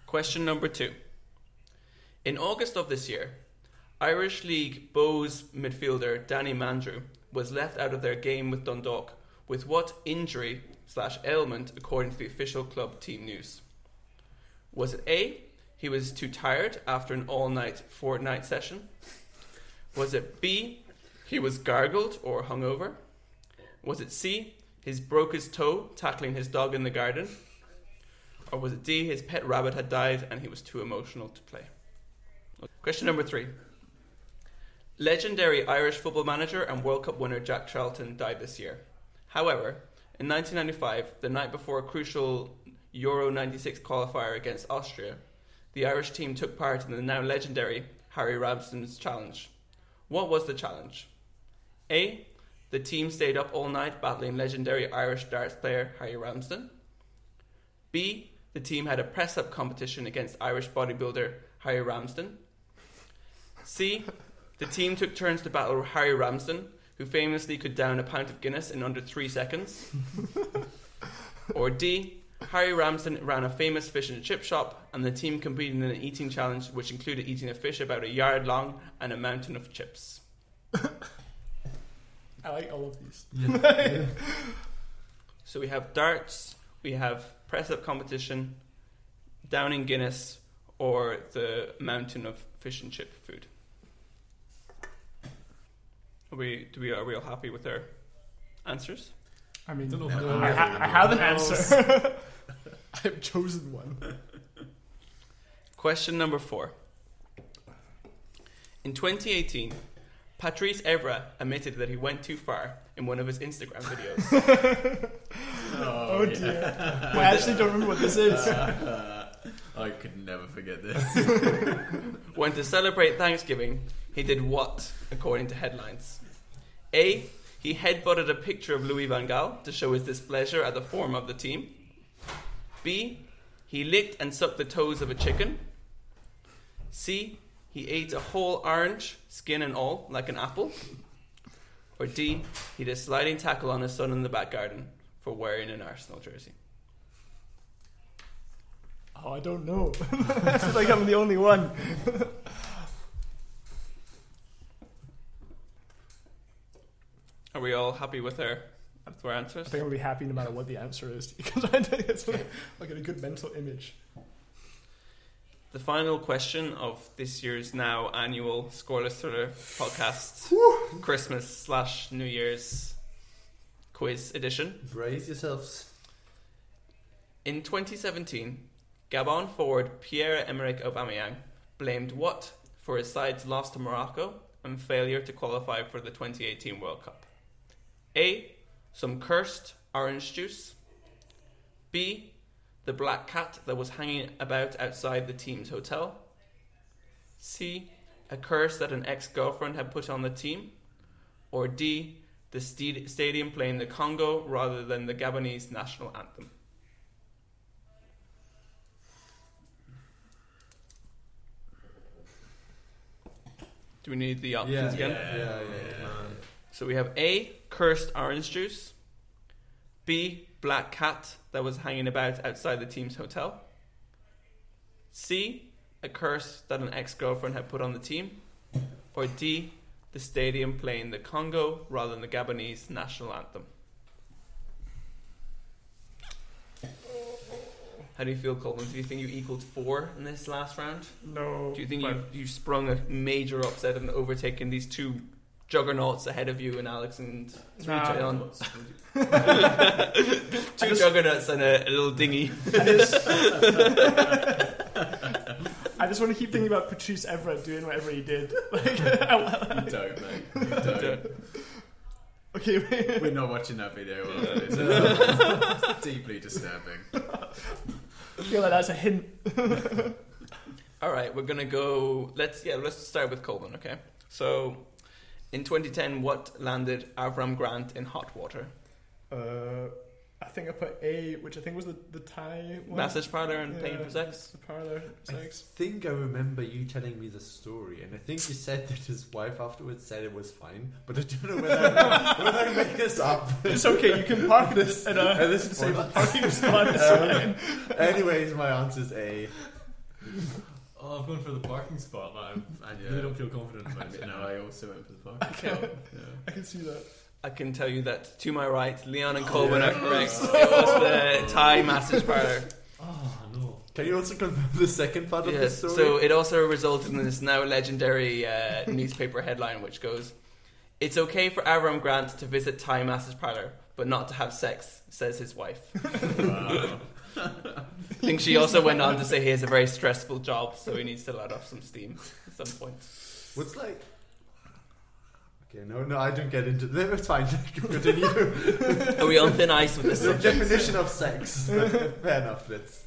Speaker 1: Question number two. In August of this year, Irish League Bows midfielder Danny Mandrew was left out of their game with Dundalk with what injury slash ailment according to the official club team news? Was it A, he was too tired after an all night fortnight session? Was it B, he was gargled or hungover? Was it C, his broke his toe tackling his dog in the garden? Or was it D, his pet rabbit had died and he was too emotional to play? Question number three. Legendary Irish football manager and World Cup winner Jack Charlton died this year. However, in 1995, the night before a crucial Euro 96 qualifier against Austria, the Irish team took part in the now legendary Harry Ramsden's challenge. What was the challenge? A. The team stayed up all night battling legendary Irish darts player Harry Ramsden. B. The team had a press up competition against Irish bodybuilder Harry Ramsden. C. The team took turns to battle Harry Ramsden, who famously could down a pint of Guinness in under three seconds. or D. Harry Ramsden ran a famous fish and chip shop, and the team competed in an eating challenge which included eating a fish about a yard long and a mountain of chips.
Speaker 9: I like all of these.
Speaker 1: So we have darts, we have press up competition, downing Guinness, or the mountain of fish and chip food. Are we, do we, are we all happy with our answers?
Speaker 9: I mean,
Speaker 8: don't know if I
Speaker 9: I, ha- I have an answer. I've chosen one.
Speaker 1: Question number four. In 2018, Patrice Evra admitted that he went too far in one of his Instagram videos.
Speaker 9: Oh, dear. I actually don't remember what this is.
Speaker 7: I could never forget this.
Speaker 1: when to celebrate Thanksgiving, he did what, according to headlines? A. He headbutted a picture of Louis Van Gaal to show his displeasure at the form of the team. B. He licked and sucked the toes of a chicken. C. He ate a whole orange, skin and all, like an apple. Or D. He did a sliding tackle on his son in the back garden for wearing an Arsenal jersey.
Speaker 9: Oh, I don't know. I feel like I'm the only one.
Speaker 1: Are we all happy with our, with our answers?
Speaker 9: I think I'll be happy no matter what the answer is because I think it's like, like a good mental image.
Speaker 1: The final question of this year's now annual Scoreless Thriller podcast, Christmas slash New Year's quiz edition.
Speaker 6: Brace yourselves.
Speaker 1: In 2017, Gabon forward Pierre-Emerick Aubameyang blamed what for his side's loss to Morocco and failure to qualify for the 2018 World Cup? A. Some cursed orange juice. B. The black cat that was hanging about outside the team's hotel. C. A curse that an ex girlfriend had put on the team. Or D. The st- stadium playing the Congo rather than the Gabonese national anthem. Do we need the options again?
Speaker 6: yeah, yeah.
Speaker 1: So we have A, cursed orange juice. B, black cat that was hanging about outside the team's hotel. C, a curse that an ex girlfriend had put on the team. Or D, the stadium playing the Congo rather than the Gabonese national anthem. How do you feel, Colin? Do you think you equaled four in this last round?
Speaker 9: No.
Speaker 1: Do you think you you sprung a major upset and overtaken these two juggernauts ahead of you and Alex and
Speaker 9: Ah.
Speaker 1: John? two juggernauts and a, a little dinghy.
Speaker 9: I just, I just want to keep thinking about Patrice Everett doing whatever he did. Like, I-
Speaker 7: You don't, mate. You don't.
Speaker 9: okay, wait.
Speaker 7: We're not watching that video after this. uh, It's deeply disturbing.
Speaker 9: I feel like that's a hint.
Speaker 1: All right, we're gonna go. Let's yeah, let's start with Colin. Okay, so in 2010, what landed Avram Grant in hot water?
Speaker 9: Uh, I think I put A, which I think was the, the Thai one.
Speaker 1: Massage parlor and paying
Speaker 9: Yeah,
Speaker 1: for sex.
Speaker 9: The parlor sex.
Speaker 6: I think I remember you telling me the story, and I think you said that his wife afterwards said it was fine, but I don't know whether, I- whether I made this up.
Speaker 9: It's okay, you can park this at a
Speaker 6: At this
Speaker 9: disabled
Speaker 6: point.
Speaker 9: parking spot.
Speaker 6: Um, anyways, my answer is A.
Speaker 8: Oh, I've gone for the parking spot, but I'm, I really
Speaker 7: Yeah.
Speaker 8: don't feel confident about it.
Speaker 7: But no, I also went for the park.
Speaker 1: Okay.
Speaker 9: I can see that.
Speaker 1: I can tell you that to my right, Leon and Colwyn are correct. It was the Thai massage parlor.
Speaker 8: Oh no!
Speaker 6: Can you also confirm the second part of the
Speaker 1: Yes.
Speaker 6: story?
Speaker 1: So it also resulted in this now legendary uh, newspaper headline, which goes, "It's okay for Avram Grant to visit Thai massage parlor, but not to have sex," says his wife. I think she also went on to say he has a very stressful job, so he needs to let off some steam at some point.
Speaker 6: What's like? Okay, no, no, I don't get into. No, It's fine. Continue.
Speaker 1: Are we on thin ice with this
Speaker 6: the
Speaker 1: subject?
Speaker 6: definition of sex. But fair enough. Let's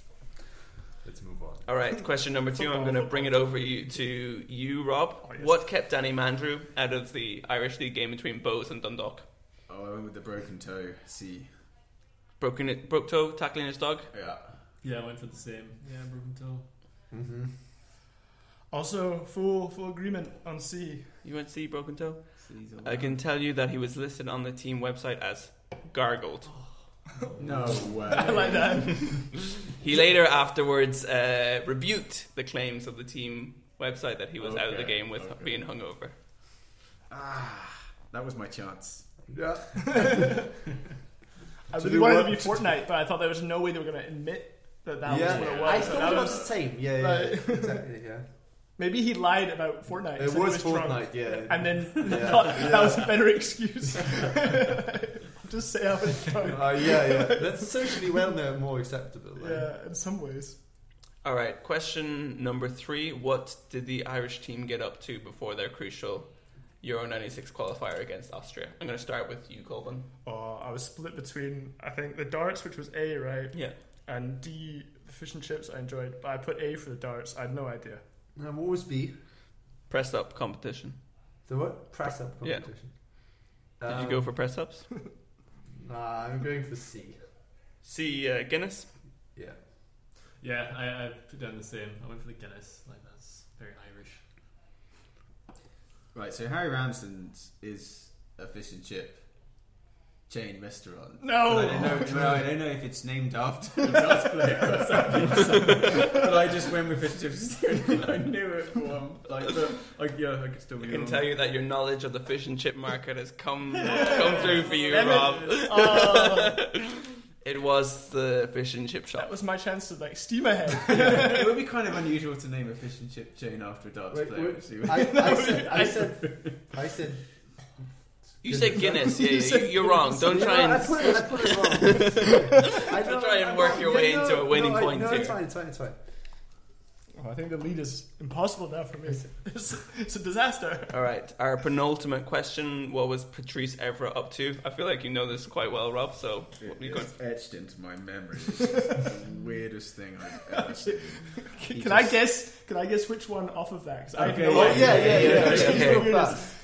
Speaker 6: let's move on.
Speaker 1: All right, question number two. I'm going to bring it over you to you, Rob.
Speaker 9: yes.
Speaker 1: What kept Danny Mandrew out of the Irish League game between Bowes and Dundalk?
Speaker 7: Oh, I went with the broken toe. See,
Speaker 1: Broken it, broke toe, tackling his dog.
Speaker 7: yeah,
Speaker 8: Yeah, I went for the same. Yeah, broken toe.
Speaker 6: Mm-hmm.
Speaker 9: Also, full full agreement on C.
Speaker 1: You went see broken toe.
Speaker 7: C's all
Speaker 1: I
Speaker 7: that.
Speaker 1: can tell you that he was listed on the team website as gargled.
Speaker 7: No way.
Speaker 9: I like that.
Speaker 1: He later afterwards uh, rebuked the claims of the team website that he was out of the
Speaker 7: Okay,
Speaker 1: game with
Speaker 7: okay.
Speaker 1: being hungover.
Speaker 7: That was my chance.
Speaker 6: Yeah.
Speaker 9: I
Speaker 6: So
Speaker 9: really
Speaker 6: you
Speaker 9: wanted to be
Speaker 6: want-
Speaker 9: Fortnite, but I thought there was no way they were going to admit that that was what it was.
Speaker 6: I
Speaker 9: So
Speaker 6: thought
Speaker 9: that
Speaker 6: it
Speaker 9: was-
Speaker 6: was the same. Yeah, yeah, yeah.
Speaker 9: Right.
Speaker 6: exactly. Yeah.
Speaker 9: Maybe he lied about Fortnite.
Speaker 6: It
Speaker 9: said he
Speaker 6: was
Speaker 9: Drunk,
Speaker 6: Fortnite. Yeah.
Speaker 9: and then
Speaker 6: Yeah.
Speaker 9: thought that was a better excuse. Just say I was drunk.
Speaker 6: Uh, yeah, yeah. That's socially well known, more acceptable. Like.
Speaker 9: Yeah, in some ways.
Speaker 1: All right, question number three. What did the Irish team get up to before their crucial Euro 96 qualifier against Austria? I'm going to start with you, Colvin.
Speaker 9: Oh, I was split between I think the darts, which was A, right,
Speaker 1: Yeah.
Speaker 9: and D, the fish and chips. I enjoyed, but I put A for the darts. I had no idea.
Speaker 6: Um, what was B?
Speaker 1: Press up competition.
Speaker 6: The what? Press up
Speaker 1: Yeah.
Speaker 6: competition. Um,
Speaker 1: Did you go for press ups?
Speaker 6: Nah, I'm going for C.
Speaker 1: See uh, Guinness.
Speaker 6: Yeah.
Speaker 8: Yeah, I, I put down the same. I went for the Guinness. Like that's very Irish.
Speaker 7: Right, so Harry Ramsden's is a fish and chip chain restaurant.
Speaker 9: No!
Speaker 7: But I don't know, well, I don't know if it's named after the darts player or something. so- but I just went with fish and chips. and I knew it for one. Like, but, like, yeah, I could still be
Speaker 1: I can
Speaker 7: wrong.
Speaker 1: tell you that your knowledge of the fish and chip market has come come through for you, Rob. it was the fish and chip
Speaker 9: That
Speaker 1: shop.
Speaker 9: was my chance to like steam ahead.
Speaker 7: it would be kind of unusual to name a fish and chip chain after a darts
Speaker 6: Wait,
Speaker 7: player.
Speaker 6: wait,
Speaker 7: actually.
Speaker 6: I, I said. I said. I said.
Speaker 1: You said Guinness. Yeah,
Speaker 6: You
Speaker 1: yeah,
Speaker 6: said
Speaker 1: you, you're wrong. Don't
Speaker 6: Yeah,
Speaker 1: try
Speaker 6: I
Speaker 1: and
Speaker 6: put it, I put it wrong. I
Speaker 1: Don't try and work your way into a winning
Speaker 6: no,
Speaker 1: point
Speaker 6: I, no,
Speaker 1: here.
Speaker 6: it's fine. It's fine. It's fine.
Speaker 9: Oh, I think the lead is impossible now for me. It's, it's a disaster.
Speaker 1: All right, our penultimate question: What was Patrice Evra up to? I feel like you know this quite well, Rob. So what you
Speaker 7: It-
Speaker 1: going?
Speaker 7: It's etched into my memory. It's the weirdest thing I've ever seen.
Speaker 9: Can,
Speaker 7: He
Speaker 9: can I
Speaker 7: just-
Speaker 9: guess? Can I guess which one off of that? 'Cause I have
Speaker 7: Okay,
Speaker 9: no
Speaker 6: Yeah,
Speaker 9: idea.
Speaker 6: yeah, yeah. yeah,
Speaker 1: yeah,
Speaker 6: It's
Speaker 1: okay.
Speaker 6: so fast.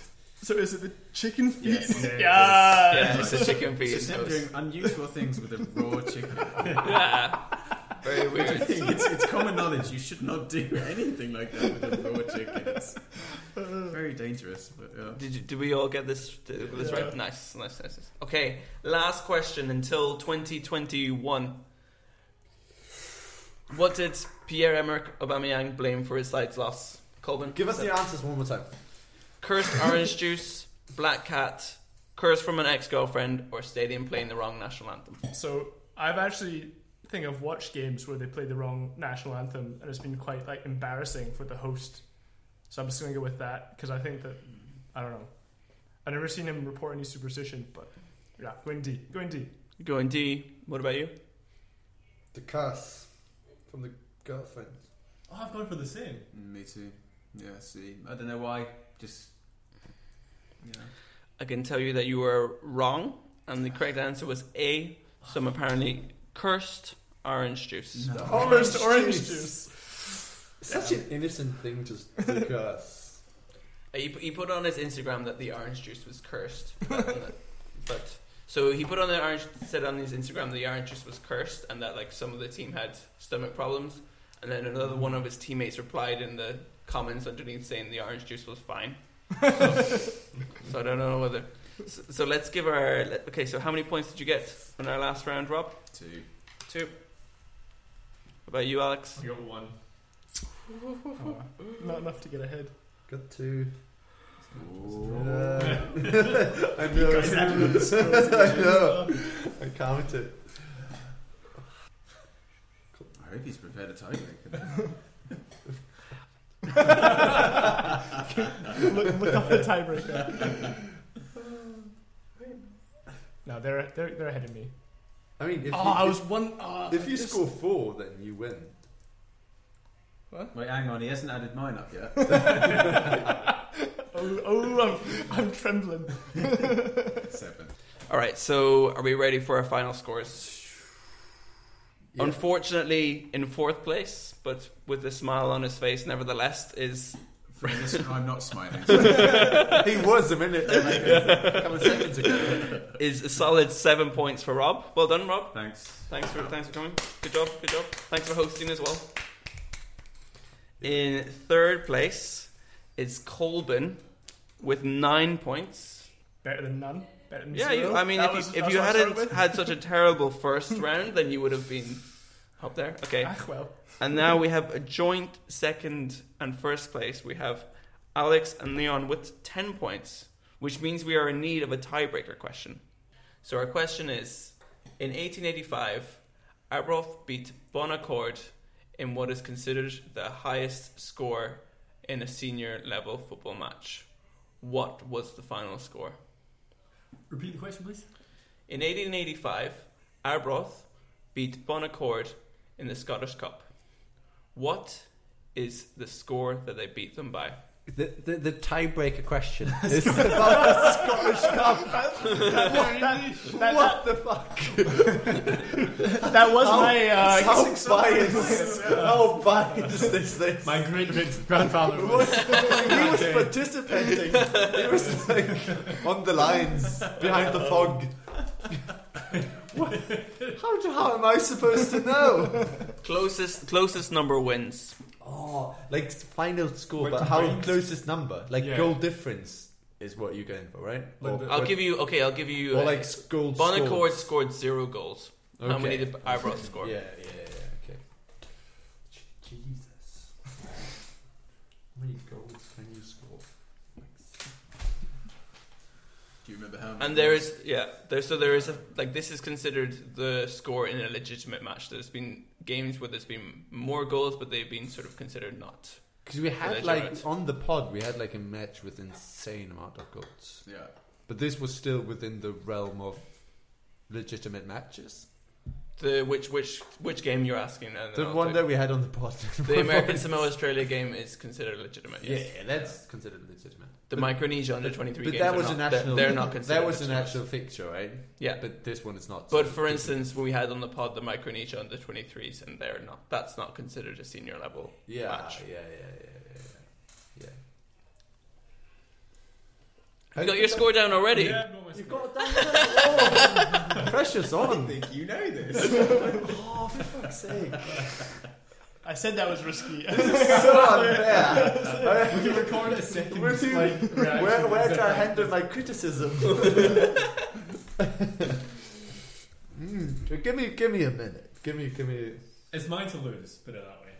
Speaker 9: So is it the chicken feet?
Speaker 7: Yes.
Speaker 9: Yeah.
Speaker 1: Yeah, it's a chicken feet.
Speaker 7: It's him doing unusual things with a raw chicken.
Speaker 1: Yeah, very weird.
Speaker 7: it's, it's common knowledge you should not do anything like that with a raw chicken. It's very dangerous. But yeah.
Speaker 1: Did, you, did we all get this, did, this right? Nice, nice, nice, nice. Okay, last question until 2021. What did Pierre-Emerick Aubameyang blame for his side's loss? Colvin?
Speaker 6: Give us the answers one more time.
Speaker 1: Cursed orange juice, black cat, curse from an ex-girlfriend, or stadium playing the wrong national anthem.
Speaker 9: So I've actually think I've watched games where they play the wrong national anthem, and it's been quite like embarrassing for the host. So I'm just going to go with that because I think that I don't know. I've never seen him report any superstition, but yeah, going D, going D.
Speaker 1: Going D. What about you?
Speaker 6: The curse from the girlfriend.
Speaker 8: Oh, I've gone for the same.
Speaker 7: Me too. Yeah, see. I don't know why. Just. Yeah.
Speaker 1: I can tell you that you were wrong, and the correct answer was A. Some apparently cursed orange juice.
Speaker 9: First orange juice.
Speaker 6: Such an innocent thing, just the curse.
Speaker 1: He, he put on his Instagram that the orange juice was cursed, uh, but, but So he put on the orange, said on his Instagram the orange juice was cursed and that like some of the team had stomach problems. And then another one of his teammates replied in the comments underneath saying the orange juice was fine. So, so I don't know whether. So, so let's give our. let- Okay, so how many points did you get in our last round, Rob?
Speaker 7: Two.
Speaker 1: Two. What about you, Alex?
Speaker 8: I got one.
Speaker 9: Not enough to get ahead.
Speaker 6: Got two.
Speaker 7: Ooh.
Speaker 6: I know. I know. I counted.
Speaker 7: I hope he's prepared a tiebreaker.
Speaker 9: look, look up the tiebreaker. No, they're they're they're ahead of me.
Speaker 6: I mean, if
Speaker 9: Oh,
Speaker 6: you,
Speaker 9: I
Speaker 6: if-
Speaker 9: was one. oh,
Speaker 6: If you
Speaker 9: this-
Speaker 6: score four, then you win.
Speaker 7: Wait, hang on, he hasn't added mine up yet.
Speaker 9: oh, oh, I'm, I'm trembling.
Speaker 7: Seven.
Speaker 1: All right, so are we ready for our final scores?
Speaker 6: Yeah.
Speaker 1: Unfortunately, in fourth place, but with a smile on his face, nevertheless, is
Speaker 7: For this one, I'm not smiling. Sorry.
Speaker 6: he was a minute. a couple of seconds ago.
Speaker 1: is a solid seven points for Rob. Well done, Rob.
Speaker 7: Thanks.
Speaker 1: Thanks for thanks for coming. Good job, good job. Thanks for hosting as well. In third place is Colbin with nine points.
Speaker 9: Better than none. Better than
Speaker 1: Yeah,
Speaker 9: zero.
Speaker 1: you, I mean,
Speaker 9: That
Speaker 1: if
Speaker 9: was-
Speaker 1: you, if
Speaker 9: that's
Speaker 1: you
Speaker 9: what I started
Speaker 1: hadn't
Speaker 9: with.
Speaker 1: had such a terrible first round, then you would have been up there. Okay.
Speaker 9: Ah, well,
Speaker 1: And now we have a joint second and first place. We have Alex and Leon with 10 points, which means we are in need of a tiebreaker question. So our question is In 1885, Arbroath beat Bonaccord in what is considered the highest score in a senior level football match. What was the final score?
Speaker 8: Repeat the question, please.
Speaker 1: In 1885, Arbroath beat Bonaccord in the Scottish Cup. What is the score that they beat them by?
Speaker 6: The, the, the tiebreaker question is about the Scottish Cup.
Speaker 9: that,
Speaker 6: What the fuck?
Speaker 9: that, that was my. Uh,
Speaker 6: How biased, how biased is this?
Speaker 8: My great great grandfather was.
Speaker 6: What- he was participating. He was like on the lines behind the fog. What? How, do- how am I supposed to know?
Speaker 1: Closest closest number wins.
Speaker 6: Oh, like final score,
Speaker 8: Wait,
Speaker 6: but
Speaker 8: to
Speaker 6: how
Speaker 8: brains?
Speaker 6: closest number? Like
Speaker 8: Yeah.
Speaker 6: goal difference is what you're going for, right?
Speaker 8: Like the-
Speaker 1: I'll give you okay. I'll give you.
Speaker 6: Or
Speaker 1: uh,
Speaker 6: like s- goal
Speaker 1: Bonaccord
Speaker 6: scores.
Speaker 1: scored zero goals. And we
Speaker 6: Okay.
Speaker 1: need the Arbroath score.
Speaker 6: Yeah, yeah, yeah. Okay. Jesus. How many goals can you score?
Speaker 7: Do you remember how? many
Speaker 1: And there
Speaker 7: points?
Speaker 1: is yeah there so there is a like this is considered the score in a legitimate match. There's been games where there's been more goals, but they've been sort of considered not.
Speaker 6: Because we
Speaker 1: Village
Speaker 6: had like
Speaker 1: Road.
Speaker 6: on the pod, we had like a match with insane amount of goals,
Speaker 7: Yeah.
Speaker 6: but this was still within the realm of legitimate matches.
Speaker 1: The which which which game you're asking? and then
Speaker 6: The
Speaker 1: I'll
Speaker 6: one
Speaker 1: tell
Speaker 6: that we had on the pod.
Speaker 1: The American Samoa Australia game is considered legitimate.
Speaker 6: yeah,
Speaker 1: Yes.
Speaker 6: yeah, that's considered legitimate.
Speaker 1: The Micronesia under 23
Speaker 6: But
Speaker 1: games.
Speaker 6: that
Speaker 1: are
Speaker 6: was
Speaker 1: not,
Speaker 6: a national.
Speaker 1: They're, they're not considered.
Speaker 6: That was a
Speaker 1: legitimate.
Speaker 6: national fixture, right?
Speaker 1: Yeah. But,
Speaker 6: But this one is not. so
Speaker 1: for
Speaker 6: it's-
Speaker 1: instance, we had on the pod the Micronesia under 23s, and they're not. That's not considered a senior level
Speaker 6: yeah,
Speaker 1: match.
Speaker 6: yeah, yeah, yeah, yeah, yeah. yeah.
Speaker 1: You got your score down already.
Speaker 8: Yeah, I've got my
Speaker 6: You
Speaker 8: score.
Speaker 6: got that. Oh, pressure's
Speaker 7: I
Speaker 6: on.
Speaker 7: think you know this.
Speaker 6: Oh, for fuck's sake.
Speaker 9: I said that was risky.
Speaker 6: so unfair.
Speaker 8: We recorded a second.
Speaker 6: Where to,
Speaker 8: like, reaction.
Speaker 6: where, where do I handle my criticism? Mm, give me, give me a minute. Give me, give me.
Speaker 8: It's mine to lose, put it that way.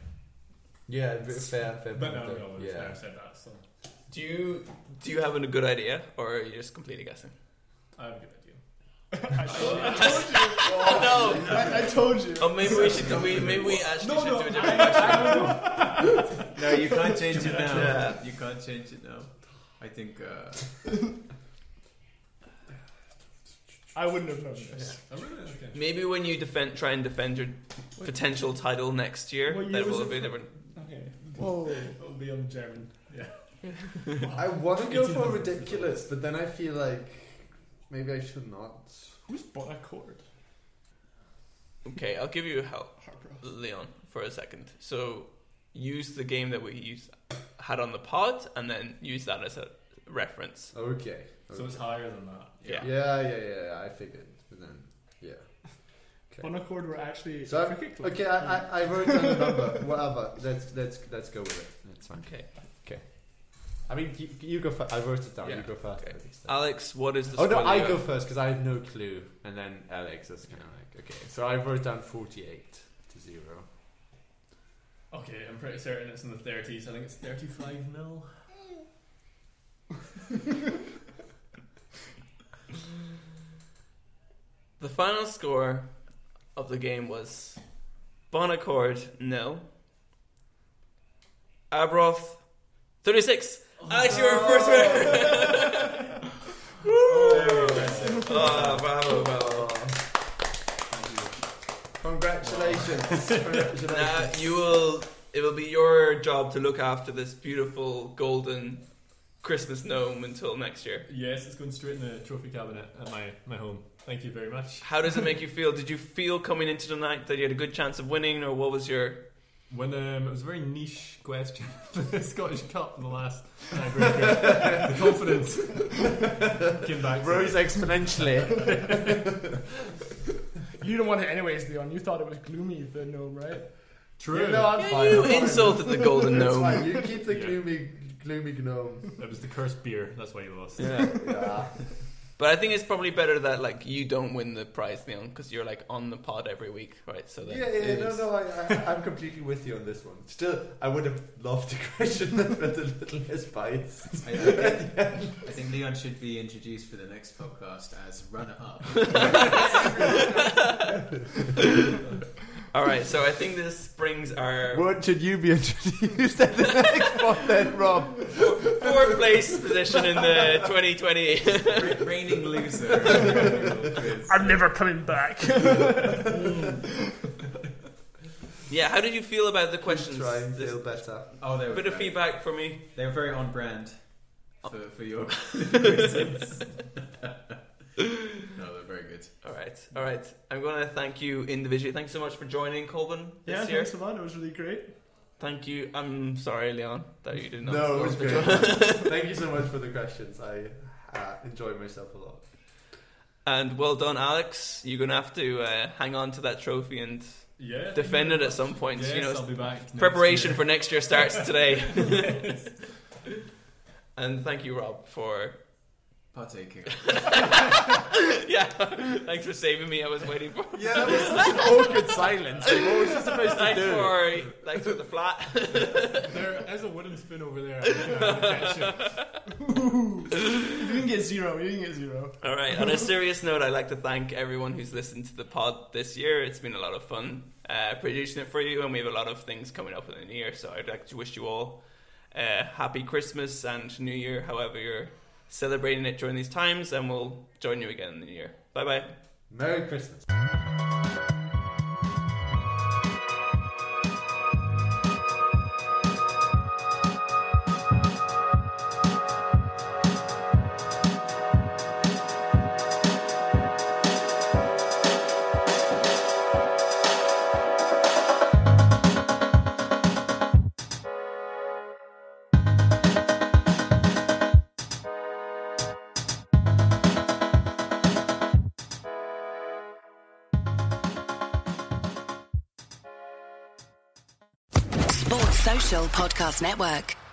Speaker 6: Yeah, b- fair, fair.
Speaker 8: But no,
Speaker 6: point,
Speaker 8: no,
Speaker 6: yeah.
Speaker 8: it's never said that, so
Speaker 1: Do you do you have a good idea, or are you just completely guessing?
Speaker 8: I have a good idea.
Speaker 1: no.
Speaker 9: I told you.
Speaker 1: Oh, maybe we should. We, maybe we actually should do a different
Speaker 7: no, you can't change it now.
Speaker 1: Yeah.
Speaker 7: You can't change it now. I think. Uh,
Speaker 9: I wouldn't have known this.
Speaker 8: I'm really okay.
Speaker 1: Maybe when you defend, try and defend your potential title next year,
Speaker 9: What year
Speaker 1: that
Speaker 9: was
Speaker 1: will
Speaker 9: it
Speaker 1: be
Speaker 9: from?
Speaker 1: different.
Speaker 8: Okay.
Speaker 9: Whoa.
Speaker 8: It'll be on German. Yeah.
Speaker 6: I want to go for ridiculous, but then I feel like maybe I should not.
Speaker 9: Who's bought a cord?
Speaker 1: Okay, I'll give you help,
Speaker 9: Harper.
Speaker 1: Leon, for a second. So use the game that we used had on the pod, and then use that as a reference.
Speaker 6: Okay.
Speaker 8: So it's higher than that.
Speaker 1: Yeah.
Speaker 6: Yeah, yeah, yeah, yeah. I figured, but then, yeah. Okay.
Speaker 9: On Accord were actually
Speaker 6: So
Speaker 9: cricket club.
Speaker 6: okay, I, I, I wrote down the number. Whatever. Let's let's let's go with it. That's fine.
Speaker 1: Okay.
Speaker 6: Okay. I mean, you, you go first. I wrote it down.
Speaker 1: Yeah,
Speaker 6: You go first.
Speaker 1: okay.
Speaker 6: at least.
Speaker 1: Alex, what is the?
Speaker 6: Oh no, I
Speaker 1: spoiler?
Speaker 6: go first because I have no clue, and then Alex is kind of like okay. So I wrote down forty-eight to zero.
Speaker 8: Okay, I'm pretty certain it's in the 30s. I think it's 35 mil.
Speaker 1: The final score of the game was Bonacord nil, Abroth thirty six. Alex, you were first. Woo! Ah, bravo, bravo.
Speaker 6: Congratulations! Congratulations!
Speaker 1: Now you will. It will be your job to look after this beautiful golden Christmas gnome until next year.
Speaker 8: Yes, it's going straight in the trophy cabinet at my, my home. Thank you very much.
Speaker 1: How does it make you feel? Did you feel coming into the night that you had a good chance of winning, or what was your?
Speaker 8: When um, it was a very niche question, the Scottish Cup in the last tiebreaker, the confidence came back. to
Speaker 6: Rose exponentially.
Speaker 9: You don't want it anyways, Leon. You thought it was gloomy, the gnome, right?
Speaker 8: True.
Speaker 6: no, I'm fine.
Speaker 1: You
Speaker 6: I'm fine.
Speaker 1: insulted the golden
Speaker 6: It's
Speaker 1: gnome.
Speaker 6: fine. You keep the
Speaker 8: Yeah.
Speaker 6: gloomy, gloomy gnome.
Speaker 8: It was the cursed beer. That's why you lost.
Speaker 6: Yeah.
Speaker 1: But I think it's probably better that like you don't win the prize, Leon, because you're like on the pod every week, right? So then
Speaker 6: Yeah,
Speaker 1: it
Speaker 6: yeah, no,
Speaker 1: is-
Speaker 6: no, I, I, I'm completely with you on this one. Still, I would have loved to question them with a little less bias.
Speaker 7: I, I think, I think Leon should be introduced for the next podcast as runner-up.
Speaker 1: All right, so I think this brings our
Speaker 6: What should you be introduced at the next one then, Rob?
Speaker 1: fourth place position in the 2020.
Speaker 7: Re- reigning loser.
Speaker 9: I'm never coming back.
Speaker 1: yeah, how did you feel about the questions?
Speaker 6: Try and
Speaker 1: This-
Speaker 6: feel better.
Speaker 7: oh, they were
Speaker 1: bit of
Speaker 7: great.
Speaker 1: feedback for me.
Speaker 7: They were very on brand for, for your no, they're very good.
Speaker 1: All right, all right. I'm going to thank you individually. Thanks so much for joining, Colvin.
Speaker 9: yeah,
Speaker 1: This year.
Speaker 9: thanks a lot. It was really great.
Speaker 1: Thank you. I'm sorry, Leon, that you did not.
Speaker 6: No, it was
Speaker 1: score.
Speaker 6: great. Thank you so much for the questions. I uh, enjoyed myself a lot.
Speaker 1: And well done, Alex. You're going to have to uh, hang on to that trophy and
Speaker 8: Yeah.
Speaker 1: defend it at some point.
Speaker 8: Yes,
Speaker 1: you know,
Speaker 8: I'll be back. next
Speaker 1: Preparation
Speaker 8: year.
Speaker 1: for next year starts today. and thank you, Rob, for.
Speaker 7: Partaking.
Speaker 1: Yeah, thanks for saving me. I was waiting for.
Speaker 6: Yeah, that was such an awkward silence. What was you supposed
Speaker 1: Thanks for, thanks for the flat.
Speaker 8: There is a wooden spoon over there. I uh, think I'm gonna catch it.
Speaker 9: You can get zero. You can get zero.
Speaker 1: All right. On a serious note, I'd like to thank everyone who's listened to the pod this year. It's been a lot of fun uh, producing it for you, and we have a lot of things coming up in the new year. So I'd like to wish you all uh, happy Christmas and New Year, however you're celebrating it during these times. And we'll join you again in the new year. Bye bye.
Speaker 6: Merry Christmas.
Speaker 10: Sports Social Podcast Network.